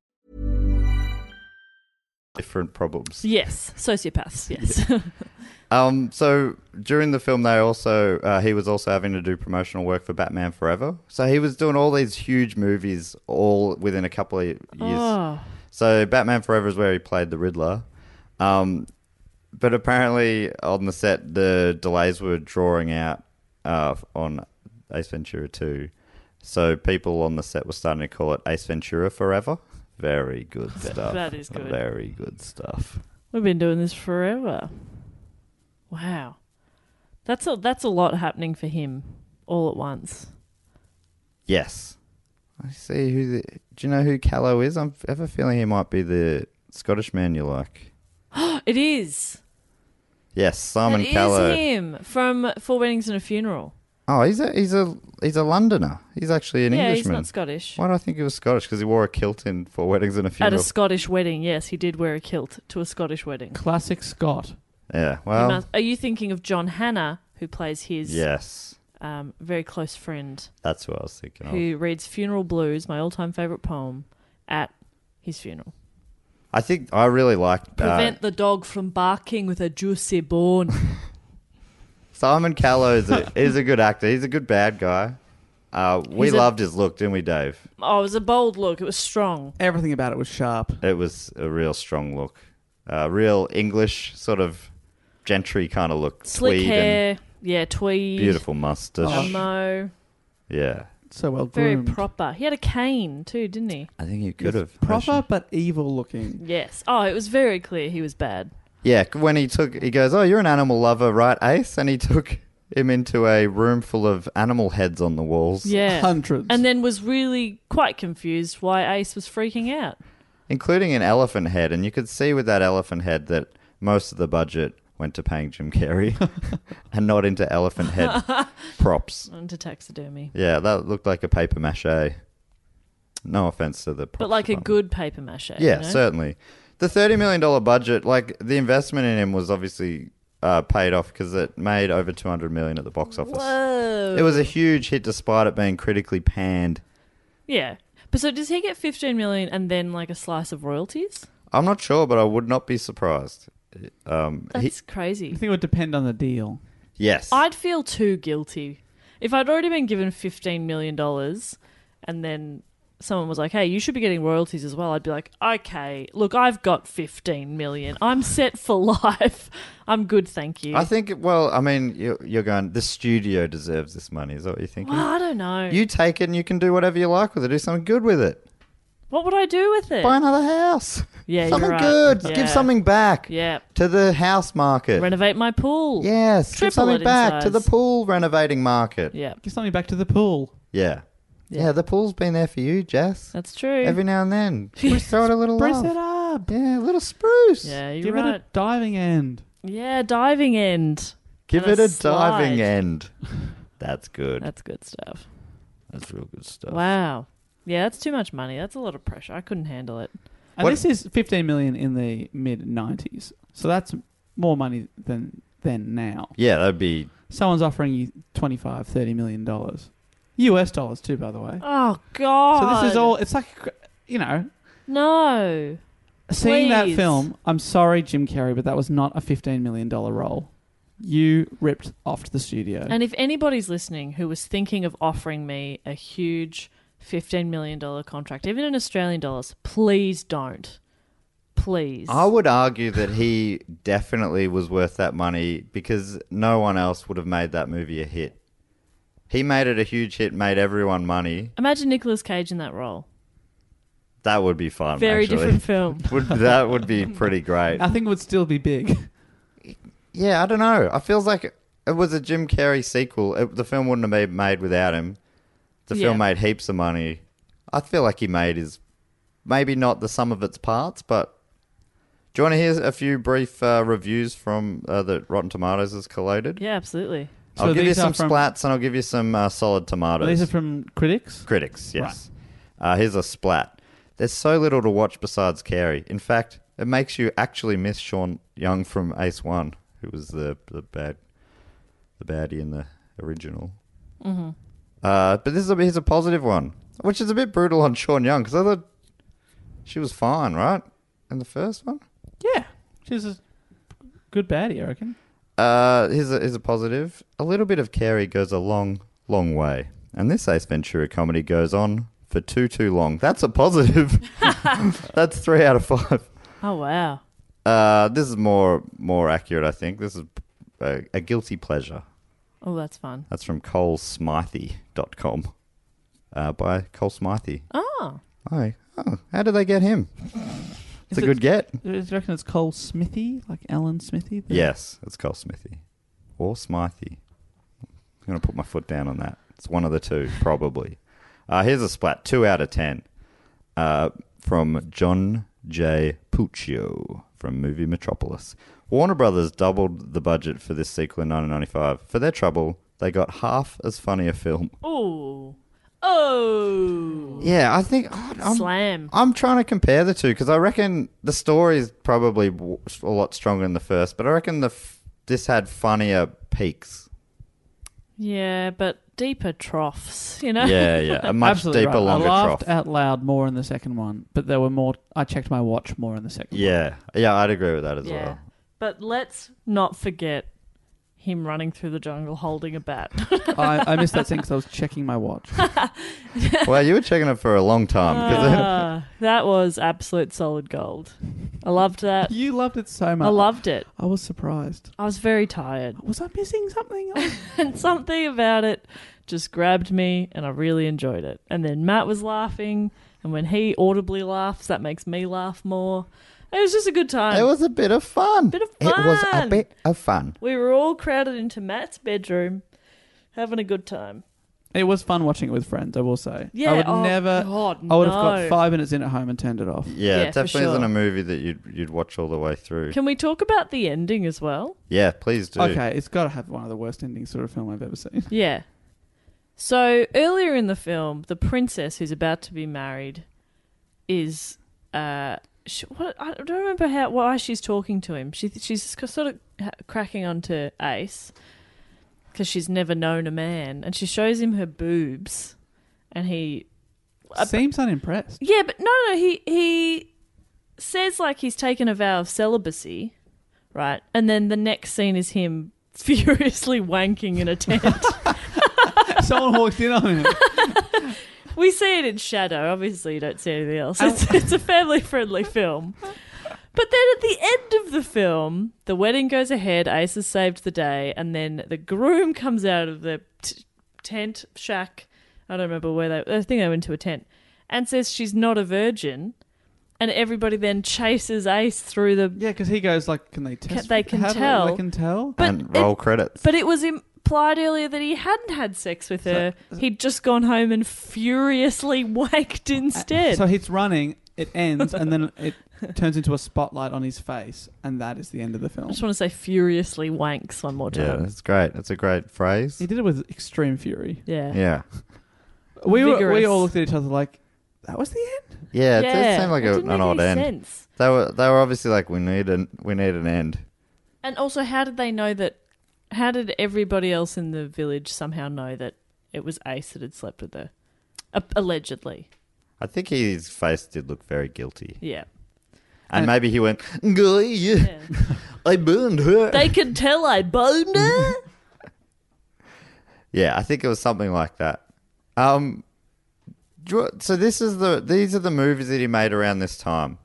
E: different problems.
G: Yes, sociopaths, yes.
E: Um, so during the film, they also uh, he was also having to do promotional work for Batman Forever. So he was doing all these huge movies all within a couple of years.
G: oh.
E: So Batman Forever is where he played the Riddler. Um, but apparently on the set, the delays were drawing out uh, on Ace Ventura 2. So people on the set were starting to call it Ace Ventura Forever. Very good stuff.
G: That is good.
E: Very good stuff.
G: We've been doing this forever. Wow. That's a that's a lot happening for him all at once.
E: Yes. I see who the. Do you know who Callow is? I'm I have a feeling he might be the Scottish man you like.
G: It is.
E: Yes, Simon
G: It is
E: Callow.
G: him from Four Weddings and a Funeral.
E: Oh, he's a he's a he's a Londoner. He's actually an
G: yeah,
E: Englishman.
G: he's not Scottish.
E: Why do I think he was Scottish? Because he wore a kilt in four weddings and a
G: At a
E: funeral.
G: Scottish wedding, yes, he did wear a kilt to a Scottish wedding.
F: Classic Scott.
E: yeah.
G: You
E: Well.
G: must- are you thinking of John Hannah, who plays his
E: yes.
G: um, very close friend,
E: That's what I was thinking of.
G: who reads Funeral Blues, my all-time favorite poem, at his funeral?
E: I think I really liked uh,
G: Prevent the dog from barking with a juicy bone.
E: Simon Callow is a, is a good actor. He's a good bad guy. Uh, we
G: He's a-
E: loved his look, didn't we, Dave?
G: oh, it was a bold look. It was strong.
F: Everything about it was sharp.
E: It was a real strong look, uh, real English sort of gentry kind of look,
G: Slick
E: tweed
G: hair. Oh,
E: and
G: yeah, tweed.
E: beautiful mustache.
G: A mo.
E: Yeah,
F: So well
G: Very
F: groomed.
G: proper. He had a cane too, didn't he?
E: I think he could have
F: proper but evil looking.
G: Yes. Oh, it was very clear he was bad.
E: Yeah, when he took, he goes, "Oh, you're an animal lover, right, Ace?" And he took him into a room full of animal heads on the walls,
G: Yeah.
F: Hundreds.
G: And then was really quite confused why Ace was freaking out.
E: including an elephant head. And you could see with that elephant head that most of the budget went to paying Jim Carrey, and not into elephant head props.
G: Into taxidermy.
E: Yeah, that looked like a paper mache. No offense to the, props
G: But like a
E: department.
G: good paper mache. you
E: Yeah,
G: know?
E: certainly. The thirty million dollar budget, like the investment in him, was obviously uh, paid off because it made over two hundred million at the box office.
G: Whoa.
E: It was a huge hit, despite it being critically panned.
G: Yeah. But so does he get 15 million and then like a slice of royalties?
E: I'm not sure, but I would not be surprised. Um, he-
G: That's
F: I
G: crazy.
F: think it would depend on the deal.
E: yes,
G: I'd feel too guilty. If I'd already been given $15 million and then someone was like, hey, you should be getting royalties as well, I'd be like, okay, look, I've got $15 million. I'm set for life. I'm good, thank you.
E: I think. Well, I mean, you're, you're going. The studio deserves this money. Is that what you're thinking?
G: well, I don't know.
E: You take it and you can do whatever you like with it. Do something good with it.
G: what would I do with it?
E: Buy another house.
G: Yeah, you're
E: something
G: right.
E: good.
G: Yeah.
E: Give something back.
G: Yeah.
E: to the house market.
G: Renovate my pool.
E: Yes,
G: Triple
E: give something
G: it
E: back
G: in
E: to the
G: size.
E: pool renovating market.
G: Yeah,
F: Give something back to the pool.
E: Yeah. Yeah,
G: Yeah.
E: the pool's been there for you, Jess.
G: that's true.
E: Every now and then. Just throw it a little
F: Press
E: love.
F: it up.
E: Yeah, a little spruce.
G: yeah, Oh. you're
F: Give
G: right.
F: it a diving end.
G: Yeah, diving end.
E: Give
G: And
E: it
G: a
E: a diving
G: slide.
E: end. That's good.
G: That's good stuff.
E: That's real good stuff.
G: Wow. Yeah, that's too much money. That's a lot of pressure. I couldn't handle it.
F: And
E: What-
F: this is 15 million in the mid 90s. So that's more money than than now.
E: Yeah, that'd be
F: Someone's offering you 25, 30 million dollars. US dollars too, by the way.
G: Oh God.
F: So this is all it's like you know,
G: No.
F: seeing that
G: Please.
F: film, I'm sorry Jim Carrey, but that was not a 15 million dollar role. You ripped off to the studio.
G: And if anybody's listening who was thinking of offering me a huge $15 million contract, even in Australian dollars, please don't. Please.
E: I would argue that he definitely was worth that money because no one else would have made that movie a hit. He made it a huge hit, made everyone money.
G: Imagine Nicolas Cage in that role.
E: That would be fun.
G: Very
E: actually.
G: different film.
E: Would, that would be pretty great.
F: I think it would still be big.
E: Yeah, I don't know. I feels like it was a Jim Carrey sequel. It, the film wouldn't have been made without him. The
G: Yeah.
E: film made heaps of money. I feel like he made his maybe not the sum of its parts, but do you want to hear a few brief uh, reviews from uh, that Rotten Tomatoes has collated?
G: Yeah, absolutely.
E: I'll
F: So
E: give you
F: these
E: some
F: are from-
E: splats and I'll give you some uh, solid tomatoes.
F: These are from critics.
E: Critics, yes. Uh, here's a splat. There's so little to watch besides Carrie. In fact, it makes you actually miss Sean Young from Ace One, who was the the bad, the baddie in the original. Mm-hmm. Uh, but this is a, here's a positive one, which is a bit brutal on Sean Young because I thought she was fine, right, in the first one.
F: Yeah. She's a good baddie, I reckon.
E: Uh, here's a, here's a positive. A little bit of Carrie goes a long, long way. And this Ace Ventura comedy goes on for too, too long. That's a positive. That's three out of five.
G: Oh, wow.
E: Uh, this is more more accurate, I think. This is a, a guilty pleasure.
G: Oh, that's fun.
E: That's from colesmithy.com uh, by Cole Smythe.
G: Oh,
E: Hi. Oh, how did they get him? It's a
F: it-
E: good get.
F: Do you reckon it's Cole Smithy, like Alan Smithy? The-
E: Yes, it's Cole Smithy or Smythe. I'm going to put my foot down on that. It's one of the two, probably. Uh, here's a splat two out of ten uh, from John J. Puccio from Movie Metropolis. Warner Brothers doubled the budget for this sequel in 1995. For their trouble, they got half as funny a film.
G: oh, oh,
E: Yeah, I think oh, I'm,
G: slam.
E: I'm trying to compare the two because I reckon the story is probably w- a lot stronger in the first, but I reckon the f- this had funnier peaks.
G: Yeah, but deeper troughs, you know?
E: Yeah, yeah, a much
F: Absolutely
E: deeper,
F: right.
E: longer
F: I laughed
E: trough.
F: out loud more in the second one, but there were more. I checked my watch more in the second.
E: yeah, yeah, I'd agree with that as
G: Yeah.
E: well.
G: But let's not forget him running through the jungle holding a bat.
F: one. I, I missed that scene because I was checking my watch.
E: well, Uh, you were checking it for a long time. 'cause it-
G: Ah, that was absolute solid gold. I loved that.
F: you loved it so much.
G: I loved it.
F: I was surprised.
G: I was very tired.
F: Was I missing something? I was-
G: And something about it just grabbed me and I really enjoyed it. And then Matt was laughing. And when he audibly laughs, that makes me laugh more. It was just a good time.
E: it was a bit of fun.
G: Bit of
E: It was a
G: fun.
E: bit of fun.
G: we were all crowded into Matt's bedroom having a good time.
F: it was fun watching it with friends. I will say.
G: Yeah,
F: I would
G: oh
F: never.
G: God,
F: I would have
G: no.
F: got five minutes in at home and turned it off.
E: Yeah,
G: Yeah,
E: it
G: for
E: definitely isn't
G: sure.
E: a movie that you'd you'd watch all the way through.
G: Can we talk about the ending as well?
E: yeah, please do.
F: Okay, it's got to have one of the worst endings sort of film I've ever seen.
G: Yeah. So earlier in the film, the princess who's about to be married is uh, she, what I don't remember how why she's talking to him. She she's sort of ha- cracking onto Ace because she's never known a man, and she shows him her boobs, and he
F: Seems unimpressed.
G: yeah, but no, no, he he says like he's taken a vow of celibacy, right? And then the next scene is him furiously wanking in a tent.
F: Someone walked in on him.
G: We see it in shadow. Obviously, you don't see anything else. It's, it's a family friendly film. But then at the end of the film, the wedding goes ahead, Ace has saved the day, and then the groom comes out of the t- tent shack. I don't remember where they I think they went to a tent and says she's not a virgin. And everybody then chases Ace through the.
F: Yeah, because he goes like, "Can they test?
G: they can
F: how do
G: tell.
F: They, they can tell."
G: But
E: and roll
G: it-
E: credits.
G: But it was implied earlier that he hadn't had sex with her. He'd just gone home and furiously waked instead.
F: So he's running. it ends, and then it turns into a spotlight on his face, and that is the end of the
G: I
F: film.
G: just want to say furiously wanks one more
E: Yeah,
G: time.
E: that's great. That's a great phrase.
F: He did it with extreme fury.
G: Yeah.
E: Yeah.
F: We were, we
G: Oh, Vigorous.
F: all looked at each other like, "That was the e-" end."
E: Yeah, it does seem like
G: that
E: a,
G: didn't
E: an
G: make
E: odd
G: any
E: end.
G: sense.
E: They were they were obviously like we need an we need an end.
G: And also, how did they know that? How did everybody else in the village somehow know that it was Ace that had slept with her? A- allegedly,
E: I think his face did look very guilty,
G: yeah.
E: and maybe he went, "Guy, yeah, I burned her."
G: They could tell I boned her.
E: yeah, I think it was something like that. Um, do you- so this is the these are the movies that he made around this time.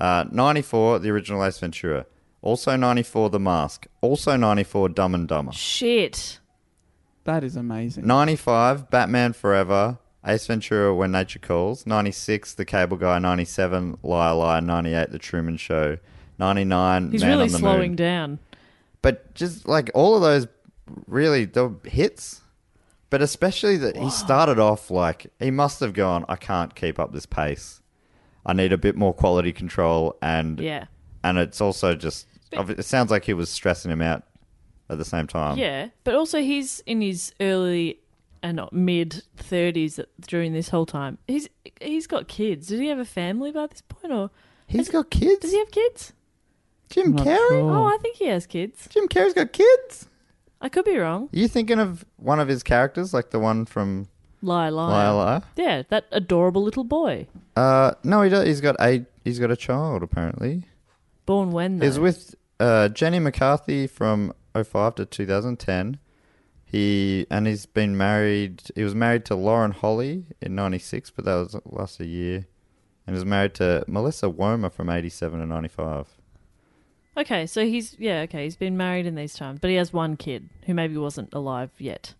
E: Uh, ninety four, the original Ace Ventura. Also ninety four, The Mask. Also ninety four, Dumb and Dumber.
G: Shit.
F: That is amazing.
E: 95, Batman Forever, Ace Ventura, When Nature Calls, 96, The Cable Guy, 97, Liar Liar, 98, The Truman Show, 99,
G: He's
E: Man
G: really
E: on the
G: slowing
E: Moon.
G: down.
E: But just like all of those really they were hits. But especially that he started off like he must have gone, I can't keep up this pace. I need a bit more quality control and
G: Yeah.
E: and it's also just it sounds like he was stressing him out at the same time.
G: Yeah, but also he's in his early and mid thirties during this whole time. He's he's got kids. Did he have a family by this point, or
E: He's got kids.
G: does he have kids?
E: Jim
F: Not
E: Carrey?
F: sure.
G: Oh, I think he has kids.
E: Jim Carrey's got kids.
G: I could be wrong.
E: Are you thinking of one of his characters, like the one from
G: Lie,
E: Oh,
G: lie.
E: Lila?
G: Yeah, that adorable little boy.
E: Uh, no, he does. He's got a he's got a child apparently.
G: Born when though?
E: He's with uh, Jenny McCarthy from 05 to 2010. He and he's been married. He was married to Lauren Holly in '96, but that was last a year. And he was married to Melissa Womer from '87 to '95.
G: okay, so he's yeah, okay, he's been married in these times, but he has one kid who maybe wasn't alive yet.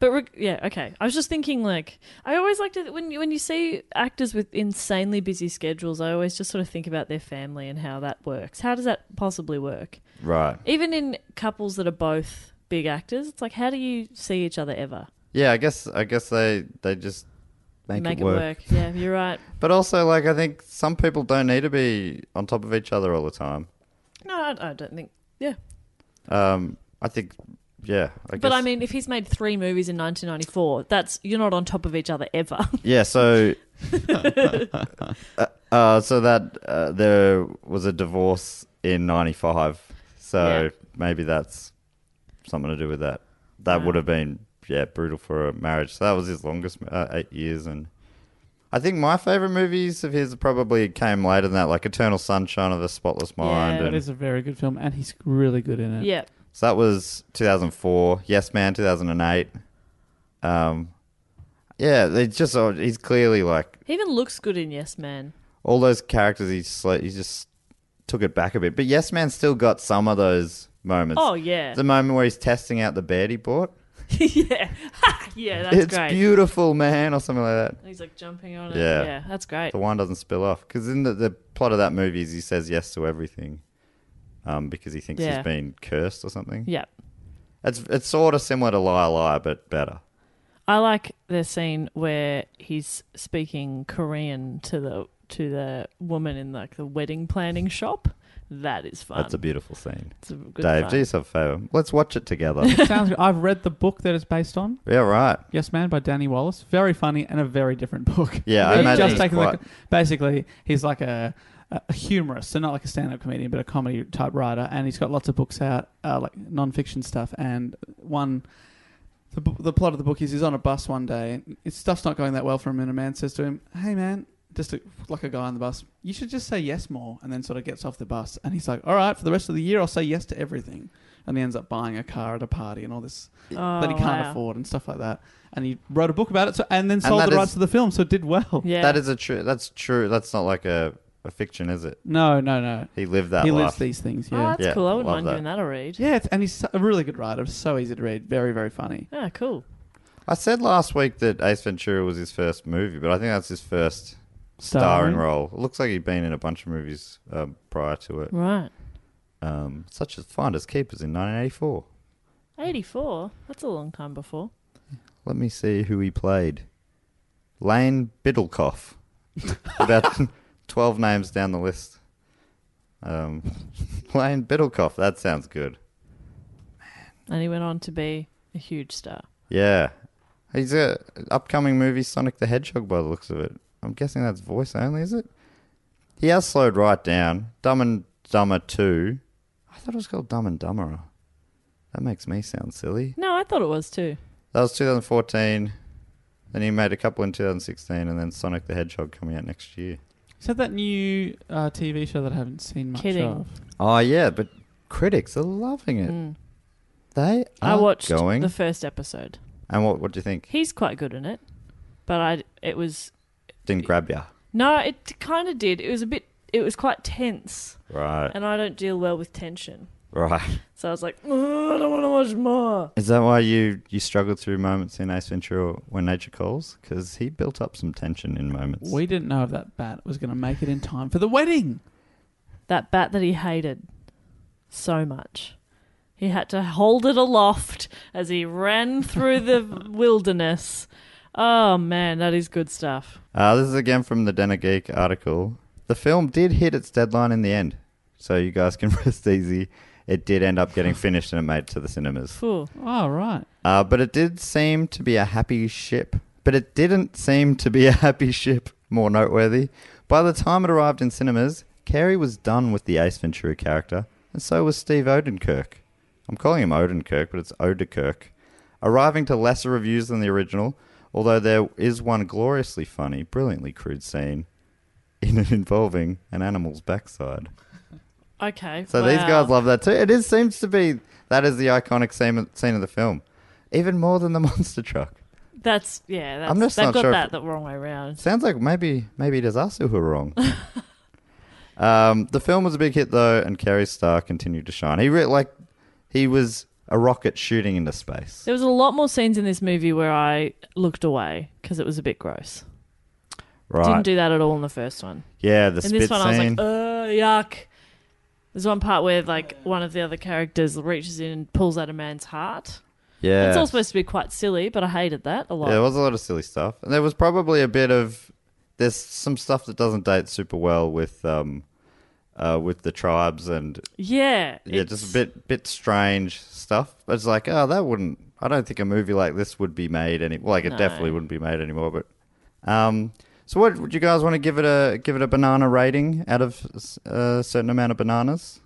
G: But reg- yeah, okay. I was just thinking, like, I always like to when you, when you see actors with insanely busy schedules, I always just sort of think about their family and how that works. How does that possibly work?
E: Right.
G: Even in couples that are both big actors, it's like, how do you see each other ever?
E: Yeah, I guess I guess they they just make, it work.
G: Yeah, you're right.
E: But also, like, I think some people don't need to be on top of each other all the time.
G: No, I, I don't think. Yeah,
E: Um, I think, yeah. I
G: But
E: guess-
G: I mean, if he's made three movies in 1994, that's you're not on top of each other ever.
E: yeah. So, uh, uh, so that uh, there was a divorce in '95, so
G: Yeah.
E: maybe that's something to do with that. That
G: Wow.
E: would have been yeah brutal for a marriage. So that was his longest uh, eight years, and I think my favorite movies of his probably came later than that, like Eternal Sunshine of the Spotless Mind.
G: Yeah.
F: That
E: and
F: is a very good film, and he's really good in it.
G: yeah,
E: So that was 2004. Yes, man, 2008. Um, yeah, they just oh, he's clearly like
G: he even looks good in Yes Man.
E: all those characters. He just like, he just took it back a bit, but Yes Man still got some of those moments.
G: Oh yeah,
E: the moment where he's testing out the bed he bought.
G: yeah, Ha, yeah. That's
E: it's
G: great.
E: beautiful, man, or something like that.
G: He's like jumping on it.
E: Yeah.
G: Yeah, that's great.
E: The wine doesn't spill off because in the, the plot of that movie is he says yes to everything. Um, because he thinks
G: Yeah.
E: he's been cursed or something.
G: Yeah,
E: It's it's sort of similar to Liar Liar, but better.
G: I like the scene where he's speaking Korean to the to the woman in like the wedding planning shop. That is fun.
E: That's a beautiful scene.
G: It's a good
E: Dave,
G: fun.
E: do yourself a favor. Let's watch it together.
F: Sounds good. I've read the book that it's based on.
E: yeah, right.
F: Yes Man by Danny Wallace. Very funny and a very different book.
E: Yeah, I
F: He's
E: imagine
F: just
E: it's
F: taking the-
E: quite-
F: basically he's like a, a humorist, so not like a stand-up comedian, but a comedy type writer, and he's got lots of books out, uh, like non-fiction stuff. And one, the, bu- the plot of the book is he's on a bus one day, and his stuff's not going that well for him, and a man says to him, "Hey, man." Just a, like a guy on the bus, you should just say yes more, and then sort of gets off the bus, and he's like, "All right, for the rest of the year, I'll say yes to everything," and he ends up buying a car at a party and all this
G: Oh,
F: that he can't
G: wow.
F: afford and stuff like that. And he wrote a book about it, so, and then sold
E: that
F: the rights
E: is-
F: to the film, so it did well.
G: Yeah,
E: That is a true. That's true. That's not like a, a fiction, is it?
F: No, no, no.
E: He lived that
F: he
E: life.
F: lives these things.
G: Oh,
F: Yeah,
G: that's
E: Yeah,
G: cool. I wouldn't
E: love
G: mind
E: that.
G: giving that a read.
F: yeah. It's, and he's so- a really good writer. So easy to read. Very, very funny.
G: Ah, cool.
E: I said last week that Ace Ventura was his first movie, but I think that's his first starring role. It looks like he'd been in a bunch of movies um, prior to it,
G: Right.
E: um, such as Finders Keepers in 1984.
G: 84? That's a long time before.
E: Let me see who he played. Lane Biddlecoff. About 12 names down the list. Um, Blaine Biddlecoff. That sounds good.
G: And he went on to be a huge star.
E: Yeah. He's a upcoming movie Sonic the Hedgehog by the looks of it. I'm guessing that's voice only, is it? He has slowed right down. Dumb and Dumber 2. I thought it was called Dumb and Dumberer. That makes me sound silly.
G: No, I thought it was too.
E: That was 2014. Then he made a couple in 2016 and then Sonic the Hedgehog coming out next year.
F: Is that that new uh, TV show that I haven't seen much
G: Kidding.
F: of?
E: Oh, yeah, but critics are loving it. They
G: Mm. I
E: are
G: watched
E: going.
G: the first episode.
E: and what, what do you think?
G: He's quite good in it, but I it was
E: Didn't grab ya.
G: no, it kind of did. It was a bit. It was quite tense,
E: Right.
G: and I don't deal well with tension,
E: Right.
G: so I was like, "Ugh, I don't want to watch more.
E: Is that why you, you struggled through moments in Ace Ventura when nature calls? Because he built up some tension in moments.
F: We didn't know if that bat was going to make it in time for the wedding.
G: That bat that he hated so much, he had to hold it aloft as he ran through the wilderness. Oh man, that is good stuff.
E: Uh, this is again from the Denner Geek article. The film did hit its deadline in the end, so you guys can rest easy. It did end up getting finished and it made it to the cinemas.
G: Phew.
F: Oh, right.
E: Uh, but it did seem to be a happy ship. But it didn't seem to be a happy ship, more noteworthy. By the time it arrived in cinemas, Carey was done with the Ace Ventura character, and so was Steve Odenkirk. I'm calling him Odenkirk, but it's Odekirk. Arriving to lesser reviews than the original, although there is one gloriously funny, brilliantly crude scene in involving an animal's backside.
G: Okay.
E: So these
G: wow.
E: guys love that too. It is seems to be that is the iconic scene, scene of the film, even more than the monster truck.
G: That's yeah. That's,
E: I'm just
G: they've
E: not
G: got
E: sure if-
G: that the wrong way around.
E: Sounds like maybe maybe it is us who are wrong. um, the film was a big hit though, and Kerry's star continued to shine. He re- like he was a rocket shooting into space.
G: There was a lot more scenes in this movie where I looked away because it was a bit gross.
E: Right?
G: Didn't do that at all in the first one.
E: yeah, the
G: In
E: spit
G: this one, I was
E: scene.
G: like, "Uh, yuck." There's one part where like one of the other characters reaches in and pulls out a man's heart.
E: yeah,
G: It's all supposed to be quite silly, but I hated that a lot.
E: Yeah, there was a lot of silly stuff, and there was probably a bit of there's some stuff that doesn't date super well with um uh with the tribes and
G: yeah,
E: Yeah, just a bit bit strange stuff. But It's like, oh, that wouldn't. I don't think a movie like this would be made any. Like, it definitely wouldn't be made anymore. But, um, so what would you guys want to give it a give it a banana rating out of a certain amount of bananas?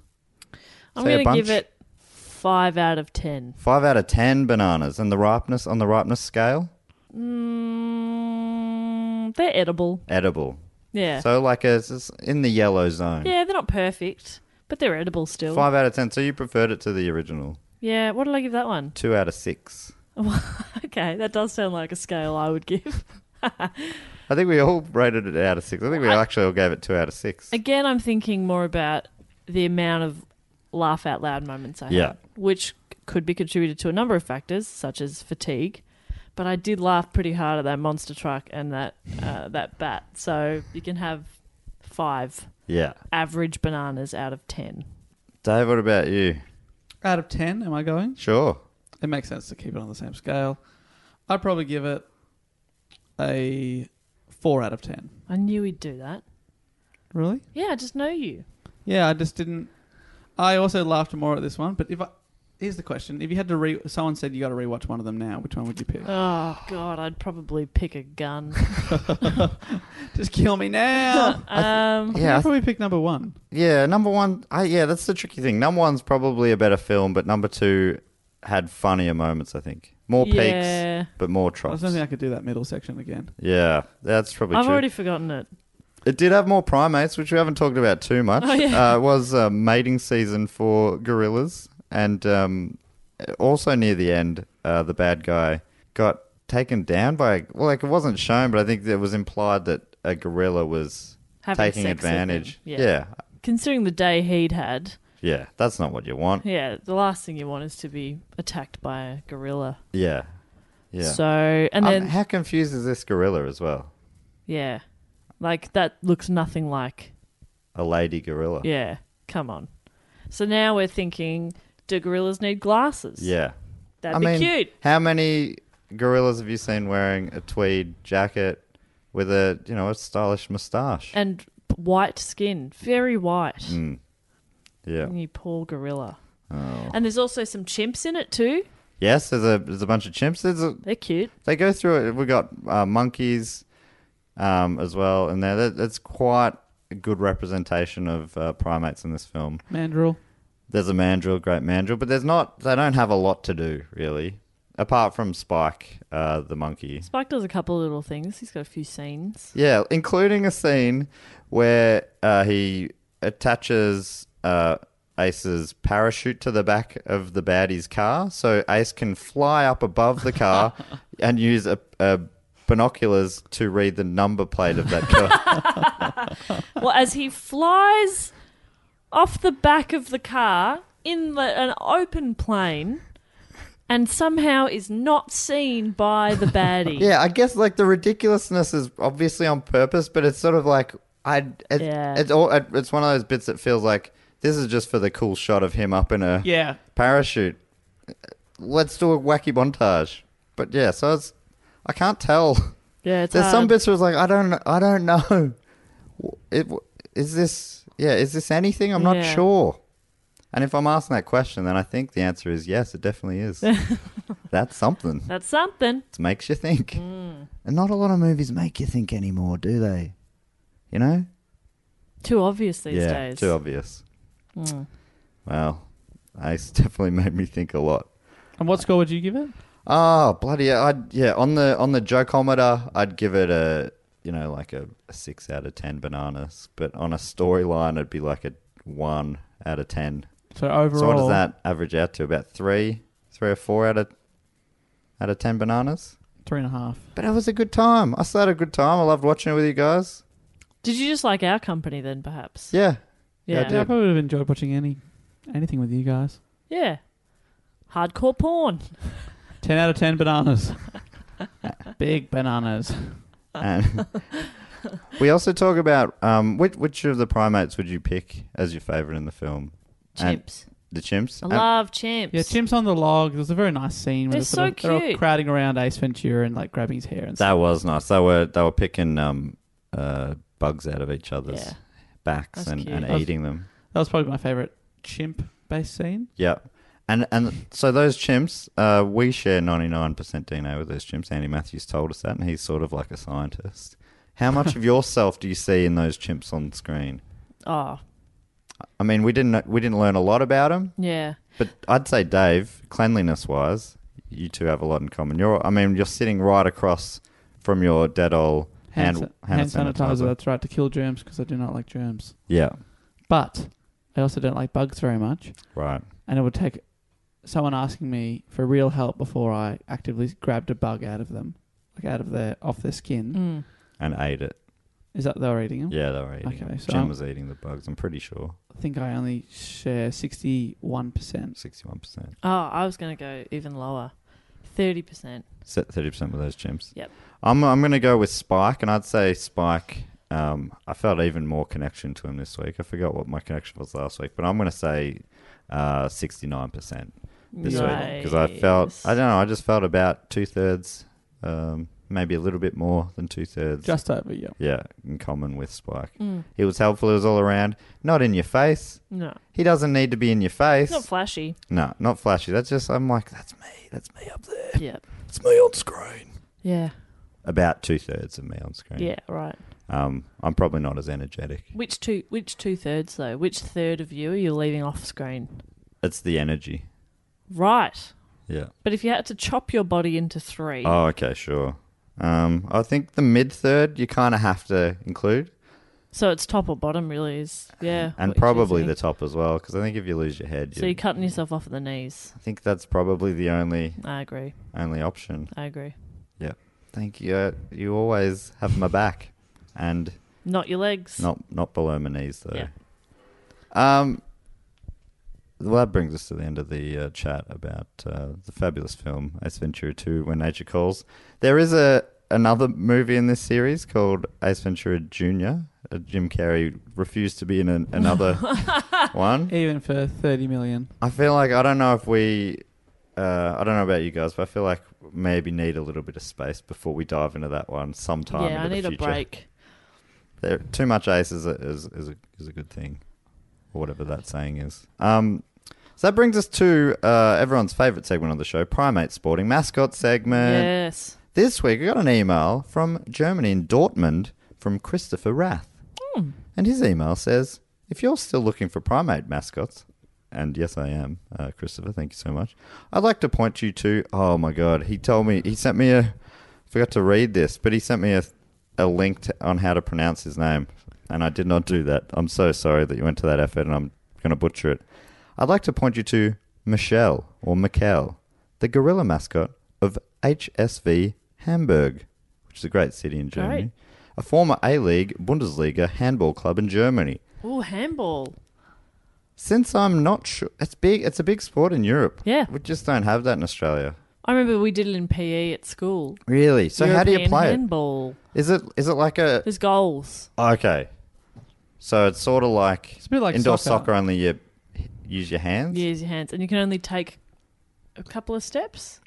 G: I'm
E: say a
G: gonna give
E: bunch.
G: it five out of ten.
E: Five out of ten bananas, and the ripeness on the ripeness scale,
G: Mm, they're edible.
E: edible.
G: Yeah,
E: So like, a, it's in the yellow zone.
G: yeah, they're not perfect, but they're edible still.
E: Five out of ten. So you preferred it to the original.
G: Yeah, what did I give that one?
E: Two out of six.
G: Okay, that does sound like a scale I would give.
E: I think we all rated it out of six. I think we actually all gave it two out of six.
G: Again, I'm thinking more about the amount of laugh out loud moments I
E: Yeah.
G: had, which could be contributed to a number of factors, such as fatigue. But I did laugh pretty hard at that monster truck and that uh, that bat. So you can have five
E: Yeah.
G: average bananas out of ten.
E: Dave, what about you?
F: Out of 10, am I going?
E: Sure.
F: It makes sense to keep it on the same scale. I'd probably give it a 4 out of 10.
G: I knew he'd do that.
F: Really?
G: Yeah, I just know you.
F: Yeah, I just didn't. I also laughed more at this one, but if I. Here's the question. If you had to re. Someone said you got to rewatch one of them now, which one would you pick?
G: Oh God, I'd probably pick a gun.
F: Just kill me now! yeah.
G: Um,
E: Yeah, I
F: I'd probably pick number one.
E: Yeah, number one. I, yeah, that's the tricky thing. Number one's probably a better film, but number two had funnier moments. I think more
G: Yeah.
E: peaks, but more
F: I
E: troughs.
F: don't think I could do that middle section again.
E: Yeah, that's probably
G: I've
E: true.
G: already forgotten it.
E: It did have more primates, which we haven't talked about too much.
G: Oh, yeah.
E: uh, it was uh, mating season for gorillas, and um, also near the end, uh, the bad guy got taken down by. Well, like it wasn't shown, but I think it was implied that a gorilla was
G: Having
E: taking
G: sex with him,
E: advantage.
G: yeah.
E: yeah,
G: Considering the day he'd had,
E: yeah, that's not what you want.
G: Yeah, the last thing you want is to be attacked by a gorilla.
E: Yeah. Yeah.
G: So, and
E: Um,
G: then,
E: how confused is this gorilla as well?
G: yeah, like that looks nothing like,
E: A lady gorilla.
G: yeah, come on. So now we're thinking, do gorillas need glasses?
E: Yeah.
G: That'd
E: I
G: be
E: mean,
G: cute.
E: how many gorillas have you seen wearing a tweed jacket with a, you know, a stylish mustache?
G: And p- white skin, very white.
E: Mm, Yeah.
G: You poor gorilla.
E: Oh.
G: And there's also some chimps in it too.
E: Yes, there's a there's a bunch of chimps. There's a,
G: They're cute.
E: they go through it. We got uh, monkeys um, as well in there. That, that's quite a good representation of uh, primates in this film.
F: Mandrill.
E: There's a mandrill, great mandrill, but there's not. They don't have a lot to do really, apart from Spike, uh, the monkey.
G: Spike does a couple of little things. He's got a few scenes.
E: Yeah, including a scene where uh, he attaches uh, Ace's parachute to the back of the baddie's car, so Ace can fly up above the car and use a, a binoculars to read the number plate of that car.
G: Well, as he flies off the back of the car in the, an open plane and somehow is not seen by the baddie.
E: yeah, I guess like the ridiculousness is obviously on purpose, but it's sort of like I. It,
G: Yeah.
E: It's all. It, it's one of those bits that feels like this is just for the cool shot of him up in a.
F: Yeah.
E: parachute. Let's do a wacky montage. But yeah, so it's I can't tell.
G: Yeah, it's
E: There's some
G: hard.
E: bits where it's like I don't I don't know. It is this yeah is this anything? I'm not
G: Yeah.
E: sure. And if I'm asking that question, then I think the answer is yes. It definitely is. That's something.
G: That's something.
E: It makes you think.
G: Mm.
E: And not a lot of movies make you think anymore, do they? You know?
G: Too obvious these
E: yeah,
G: days. Mm.
E: too obvious. Well, Ace definitely made me think a lot.
F: And what score would you give it?
E: Oh bloody! yeah, I'd yeah on the on the jokeometer, I'd give it a you know like a, a six out of ten bananas, but on a storyline, it'd be like a one out of ten.
F: So overall,
E: So what does that average out to? About three, three or four out of out of ten bananas.
F: three and a half.
E: But it was a good time. I still had a good time. I loved watching it with you guys.
G: Did you just like our company then, perhaps?
E: Yeah,
G: Yeah.
F: Yeah, I probably would have enjoyed watching any anything with you guys.
G: Yeah. Hardcore porn.
F: Ten out of ten bananas. Big bananas.
E: And we also talk about um, which which of the primates would you pick as your favorite in the film? And-
G: Chimps.
E: the chimps.
G: I
E: And-
G: love chimps.
F: Yeah, Chimps on the log. There's a very nice scene where
G: They're
F: they're, sort
G: so
F: of- they're all
G: cute.
F: crowding around Ace Ventura and like grabbing his hair and stuff.
E: That was nice. They were they were picking um, uh, bugs out of each other's
G: Yeah.
E: backs
G: That's
E: and,
G: cute.
E: and
F: That's-
E: eating them.
F: That was probably my favorite chimp based scene.
E: Yeah. And and so those chimps, uh, we share ninety nine percent DNA with those chimps. Andy Matthews told us that, and he's sort of like a scientist. How much of yourself do you see in those chimps on screen?
G: Oh,
E: I mean, we didn't we didn't learn a lot about them,
G: yeah.
E: but I'd say Dave, cleanliness wise, you two have a lot in common. You're, I mean, you're sitting right across from your Dettol
F: Hand,
E: hand
F: hand, sanitizer. That's right to kill germs because I do not like germs.
E: Yeah,
F: But I also don't like bugs very much,
E: right.
F: and it would take someone asking me for real help before I actively grabbed a bug out of them, like out of their off their skin.
G: Mm.
E: And ate it.
F: Is that they were eating them?
E: Yeah, they were eating.
F: Oh. Okay,
E: them.
F: so
E: Jim
F: I'm-
E: was eating the bugs. I'm pretty sure,
F: I think I only share sixty-one percent.
E: sixty-one percent,
G: Oh, I was going to go even lower. 30%.
E: thirty percent of those chimps.
G: Yep.
E: I'm I'm gonna go with Spike, and I'd say Spike. Um, I felt even more connection to him this week. I forgot what my connection was last week, but I'm gonna say uh, sixty-nine percent this week because I felt I don't know. I just felt about two thirds, um, maybe a little bit more than two thirds.
F: Just over, yeah.
E: yeah, in common with Spike. He was helpful. He was all around. Not in your face.
G: Mm. No.
E: He doesn't need to be in your face.
G: It's not flashy.
E: No, not flashy. That's just I'm like, that's me. That's me up there.
G: yeah.
E: It's me on screen.
G: Yeah.
E: About two thirds of me on screen.
G: Yeah, right.
E: Um, I'm probably not as energetic.
G: Which two which two thirds though? Which third of you are you leaving off screen?
E: It's the energy.
G: Right.
E: Yeah.
G: But if you had to chop your body into three,
E: Oh, okay, sure. Um, I think the mid third you kind of have to include,
G: so it's top or bottom really is yeah.
E: and
G: what you
E: probably
G: say.
E: the top as well, because I think if you lose your head,
G: So
E: you-
G: you're cutting yourself off at the knees.
E: I think that's probably the only
G: I agree.
E: only option.
G: I agree.
E: Yeah. Thank you. Uh, you always have my back, and
G: Not your legs.
E: Not not below my knees though.
G: Yeah.
E: Um. Well, that brings us to the end of the uh, chat about uh, the fabulous film Ace Ventura 2: When Nature Calls. There is a another movie in this series called Ace Ventura Junior. Uh, Jim Carrey refused to be in an, another one.
F: Even for 30 million.
E: I feel like I don't know if we. Uh, I don't know about you guys, but I feel like maybe need a little bit of space before we dive into that one sometime.
G: yeah, I
E: into
G: need
E: the
G: a
E: future.
G: break
E: There, too much ace is a, is, is, a, is a good thing, or whatever that saying is. Um, so that brings us to uh, everyone's favourite segment on the show, Primate Sporting Mascot segment.
G: Yes.
E: This week, I got an email from Germany in Dortmund from Christopher Rath. And his email says, If you're still looking for primate mascots, and yes, I am, uh, Christopher, thank you so much. I'd like to point you to, oh my God, he told me, he sent me a, forgot to read this, but he sent me a, a link to, on how to pronounce his name. And I did not do that. I'm so sorry that you went to that effort, and I'm going to butcher it. I'd like to point you to Michelle or Mikkel, the gorilla mascot of HSV Hamburg, which is a great city in Germany.
G: Great.
E: A former A League Bundesliga handball club in Germany.
G: Oh, handball.
E: Since I'm not sure, it's big. It's a big sport in Europe.
G: Yeah.
E: we just don't have that in Australia.
G: I remember we did it in PE at school.
E: Really? So how do you
G: European
E: play
G: handball.
E: it? Is it is it like a
G: There's goals.
E: okay? So it's sort of like
F: a bit like
E: indoor
F: soccer.
E: soccer, only you use your hands.
G: You use your hands, and you can only take a couple of steps.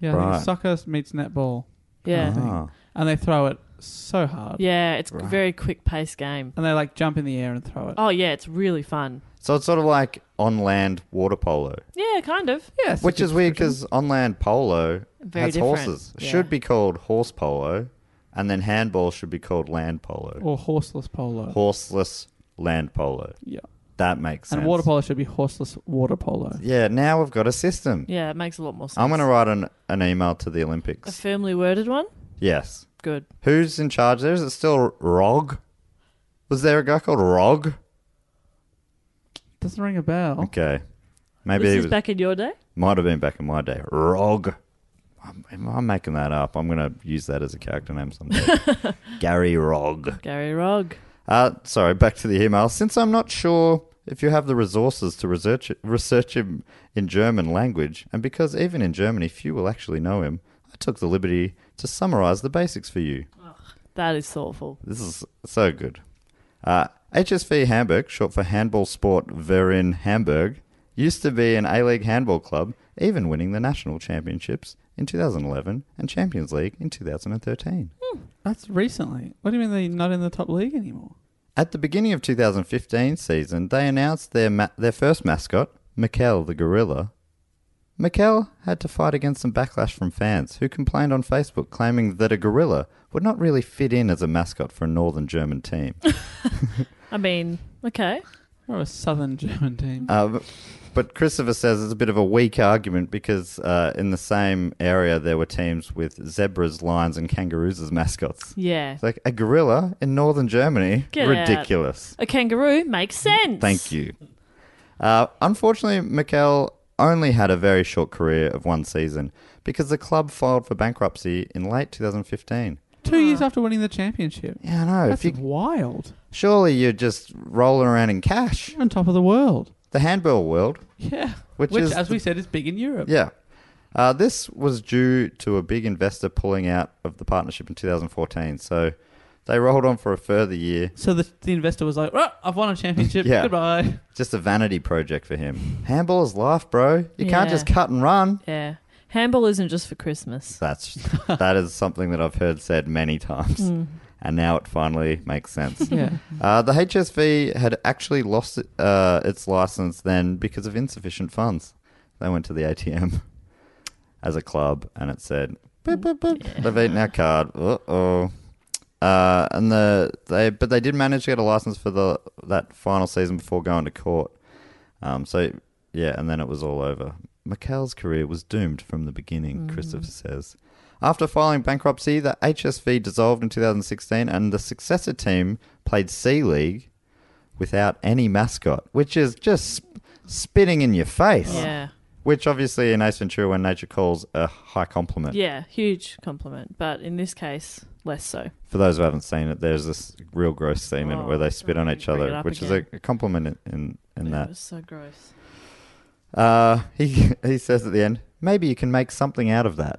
F: Yeah, I think
E: Right.
F: soccer meets netball,
G: Yeah,
E: Ah.
F: and they throw it so hard,
G: yeah. It's a very quick paced game.
F: and they like jump in the air and throw it.
G: Oh yeah, it's really fun.
E: So it's sort of like on land water polo.
G: Yeah, kind of.
F: Yes,
E: Which is weird because on land polo
G: Very
E: has
G: different.
E: horses. It
G: Yeah.
E: Should be called horse polo, and then handball should be called land polo.
F: or horseless polo.
E: Horseless land polo.
F: yeah,
E: That makes sense.
F: and water polo should be horseless water polo.
E: Yeah, now we've got a system.
G: Yeah, it makes a lot more sense.
E: I'm going to write an, an email to the
G: a
E: Olympics.
G: firmly worded one.
E: Yes.
G: Good.
E: Who's in charge there? Is it still Rog? Was there a guy called Rog?
F: Doesn't ring a bell.
E: Okay. Maybe
G: this
E: he
G: is
E: was,
G: back in your day.
E: might have been back in my day. Rog. I'm, I'm making that up. I'm going to use that as a character name someday. Gary Rog.
G: Gary Rogg.
E: Uh, sorry, back to the email. Since I'm not sure if you have the resources to research, research him in German language, and because even in Germany few will actually know him, I took the liberty to summarize the basics for you.
G: That is thoughtful.
E: This is so good. Uh, HSV Hamburg, short for Handball Sport Verein Hamburg, used to be an A League handball club, even winning the national championships in 2011 and Champions League in 2013.
F: That's recently. What do you mean they're not in the top league anymore?
E: At the beginning of 2015 season, they announced their ma- their first mascot, Mikel the gorilla. Mikel had to fight against some backlash from fans who complained on Facebook, claiming that a gorilla would not really fit in as a mascot for a northern German team.
G: I mean, okay.
F: We're a southern German team.
E: Uh, but Christopher says it's a bit of a weak argument because uh, in the same area there were teams with zebras, lions, and kangaroos as mascots.
G: Yeah.
E: It's like a gorilla in northern Germany,
G: Get out.
E: ridiculous.
G: A kangaroo makes sense.
E: Thank you. Uh, unfortunately, Mikel only had a very short career of one season because the club filed for bankruptcy in late 2015.
F: Two years after winning the championship.
E: Yeah, I know. uh. Oh, If
F: That's
E: you,
F: wild.
E: surely you're just rolling around in cash.
F: You're on top of the world.
E: The handball world,
F: Yeah.
E: Which
F: Which,
E: is
F: as
E: the-
F: we said, is big in Europe.
E: yeah. Uh, this was due to a big investor pulling out of the partnership in 2014. So they rolled on for a further year.
F: So the, the investor was like, oh, I've won a championship.
E: Yeah.
F: Goodbye.
E: Just a vanity project for him. Handball is life, bro. You can't
G: Yeah.
E: just cut and run.
G: Yeah. Handball isn't just for Christmas.
E: That's that is something that I've heard said many times,
G: Mm.
E: and now it finally makes sense.
F: Yeah.
E: Uh, the HSV had actually lost uh, its license then because of insufficient funds. They went to the ATM as a club, and it said, "Boop, boop, boop, "They've eaten our card." Uh-oh. Uh And the they but they did manage to get a license for the that final season before going to court. Um, so yeah, and then it was all over. Mikel's career was doomed from the beginning, Christopher says. After filing bankruptcy, the HSV dissolved in 2016, and the successor team played C League without any mascot, which is just sp- spitting in your face.
G: Yeah.
E: Which obviously in Ace Ventura, when nature calls, a high compliment.
G: Yeah. Huge compliment. But in this case, less so.
E: For those who haven't seen it, there's this real gross scene in it where they spit on each
G: Oh, bring it
E: other,
G: up
E: which is
G: again.
E: a, a compliment in, in, in
G: Yeah, It
E: that.
G: was so gross.
E: Uh, he he says at the end, maybe you can make something out of that.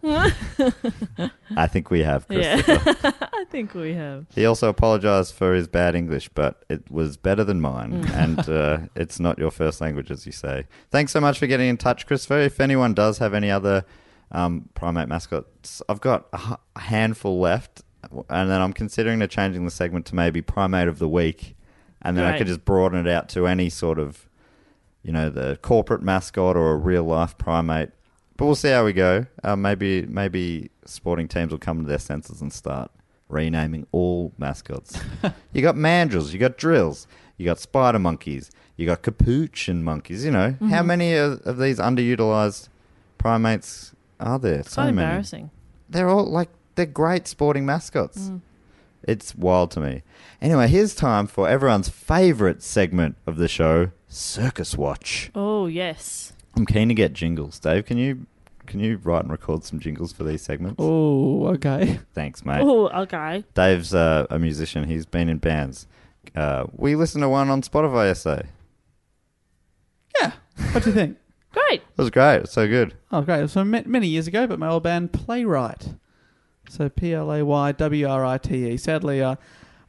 E: I think we have,
G: Yeah.
E: Christopher.
G: I think we have.
E: He also apologised for his bad English, but it was better than mine, and uh, it's not your first language, as you say. Thanks so much for getting in touch, Christopher. If anyone does have any other um, primate mascots, I've got a h- a handful left, and then I'm considering of changing the segment to maybe primate of the week, and then I
G: Right.
E: could just broaden it out to any sort of, you know, the corporate mascot or a real life primate. But we'll see how we go. Uh, maybe maybe sporting teams will come to their senses and start renaming all mascots. you got mandrills, you got drills, you got spider monkeys, you got capuchin monkeys. You know how many of, of these underutilized primates are there?
G: So
E: many
G: embarrassing.
E: they're all like they're great sporting
G: Mm.
E: mascots. It's wild to me. Anyway, here's time for everyone's favorite segment of the show, Circus Watch.
G: Oh yes.
E: I'm keen to get jingles. Dave, can you can you write and record some jingles for these segments?
F: Oh, okay.
E: Thanks, mate.
G: Oh okay.
E: Dave's uh, a musician. He's been in bands. Uh, we listened to one on Spotify yesterday.
F: Yeah. What do you think?
G: Great.
E: It was great. It was so good.
F: Oh, great. So ma- many years ago, but my old band Playwright. So P L A Y W R I T E. Sadly, uh,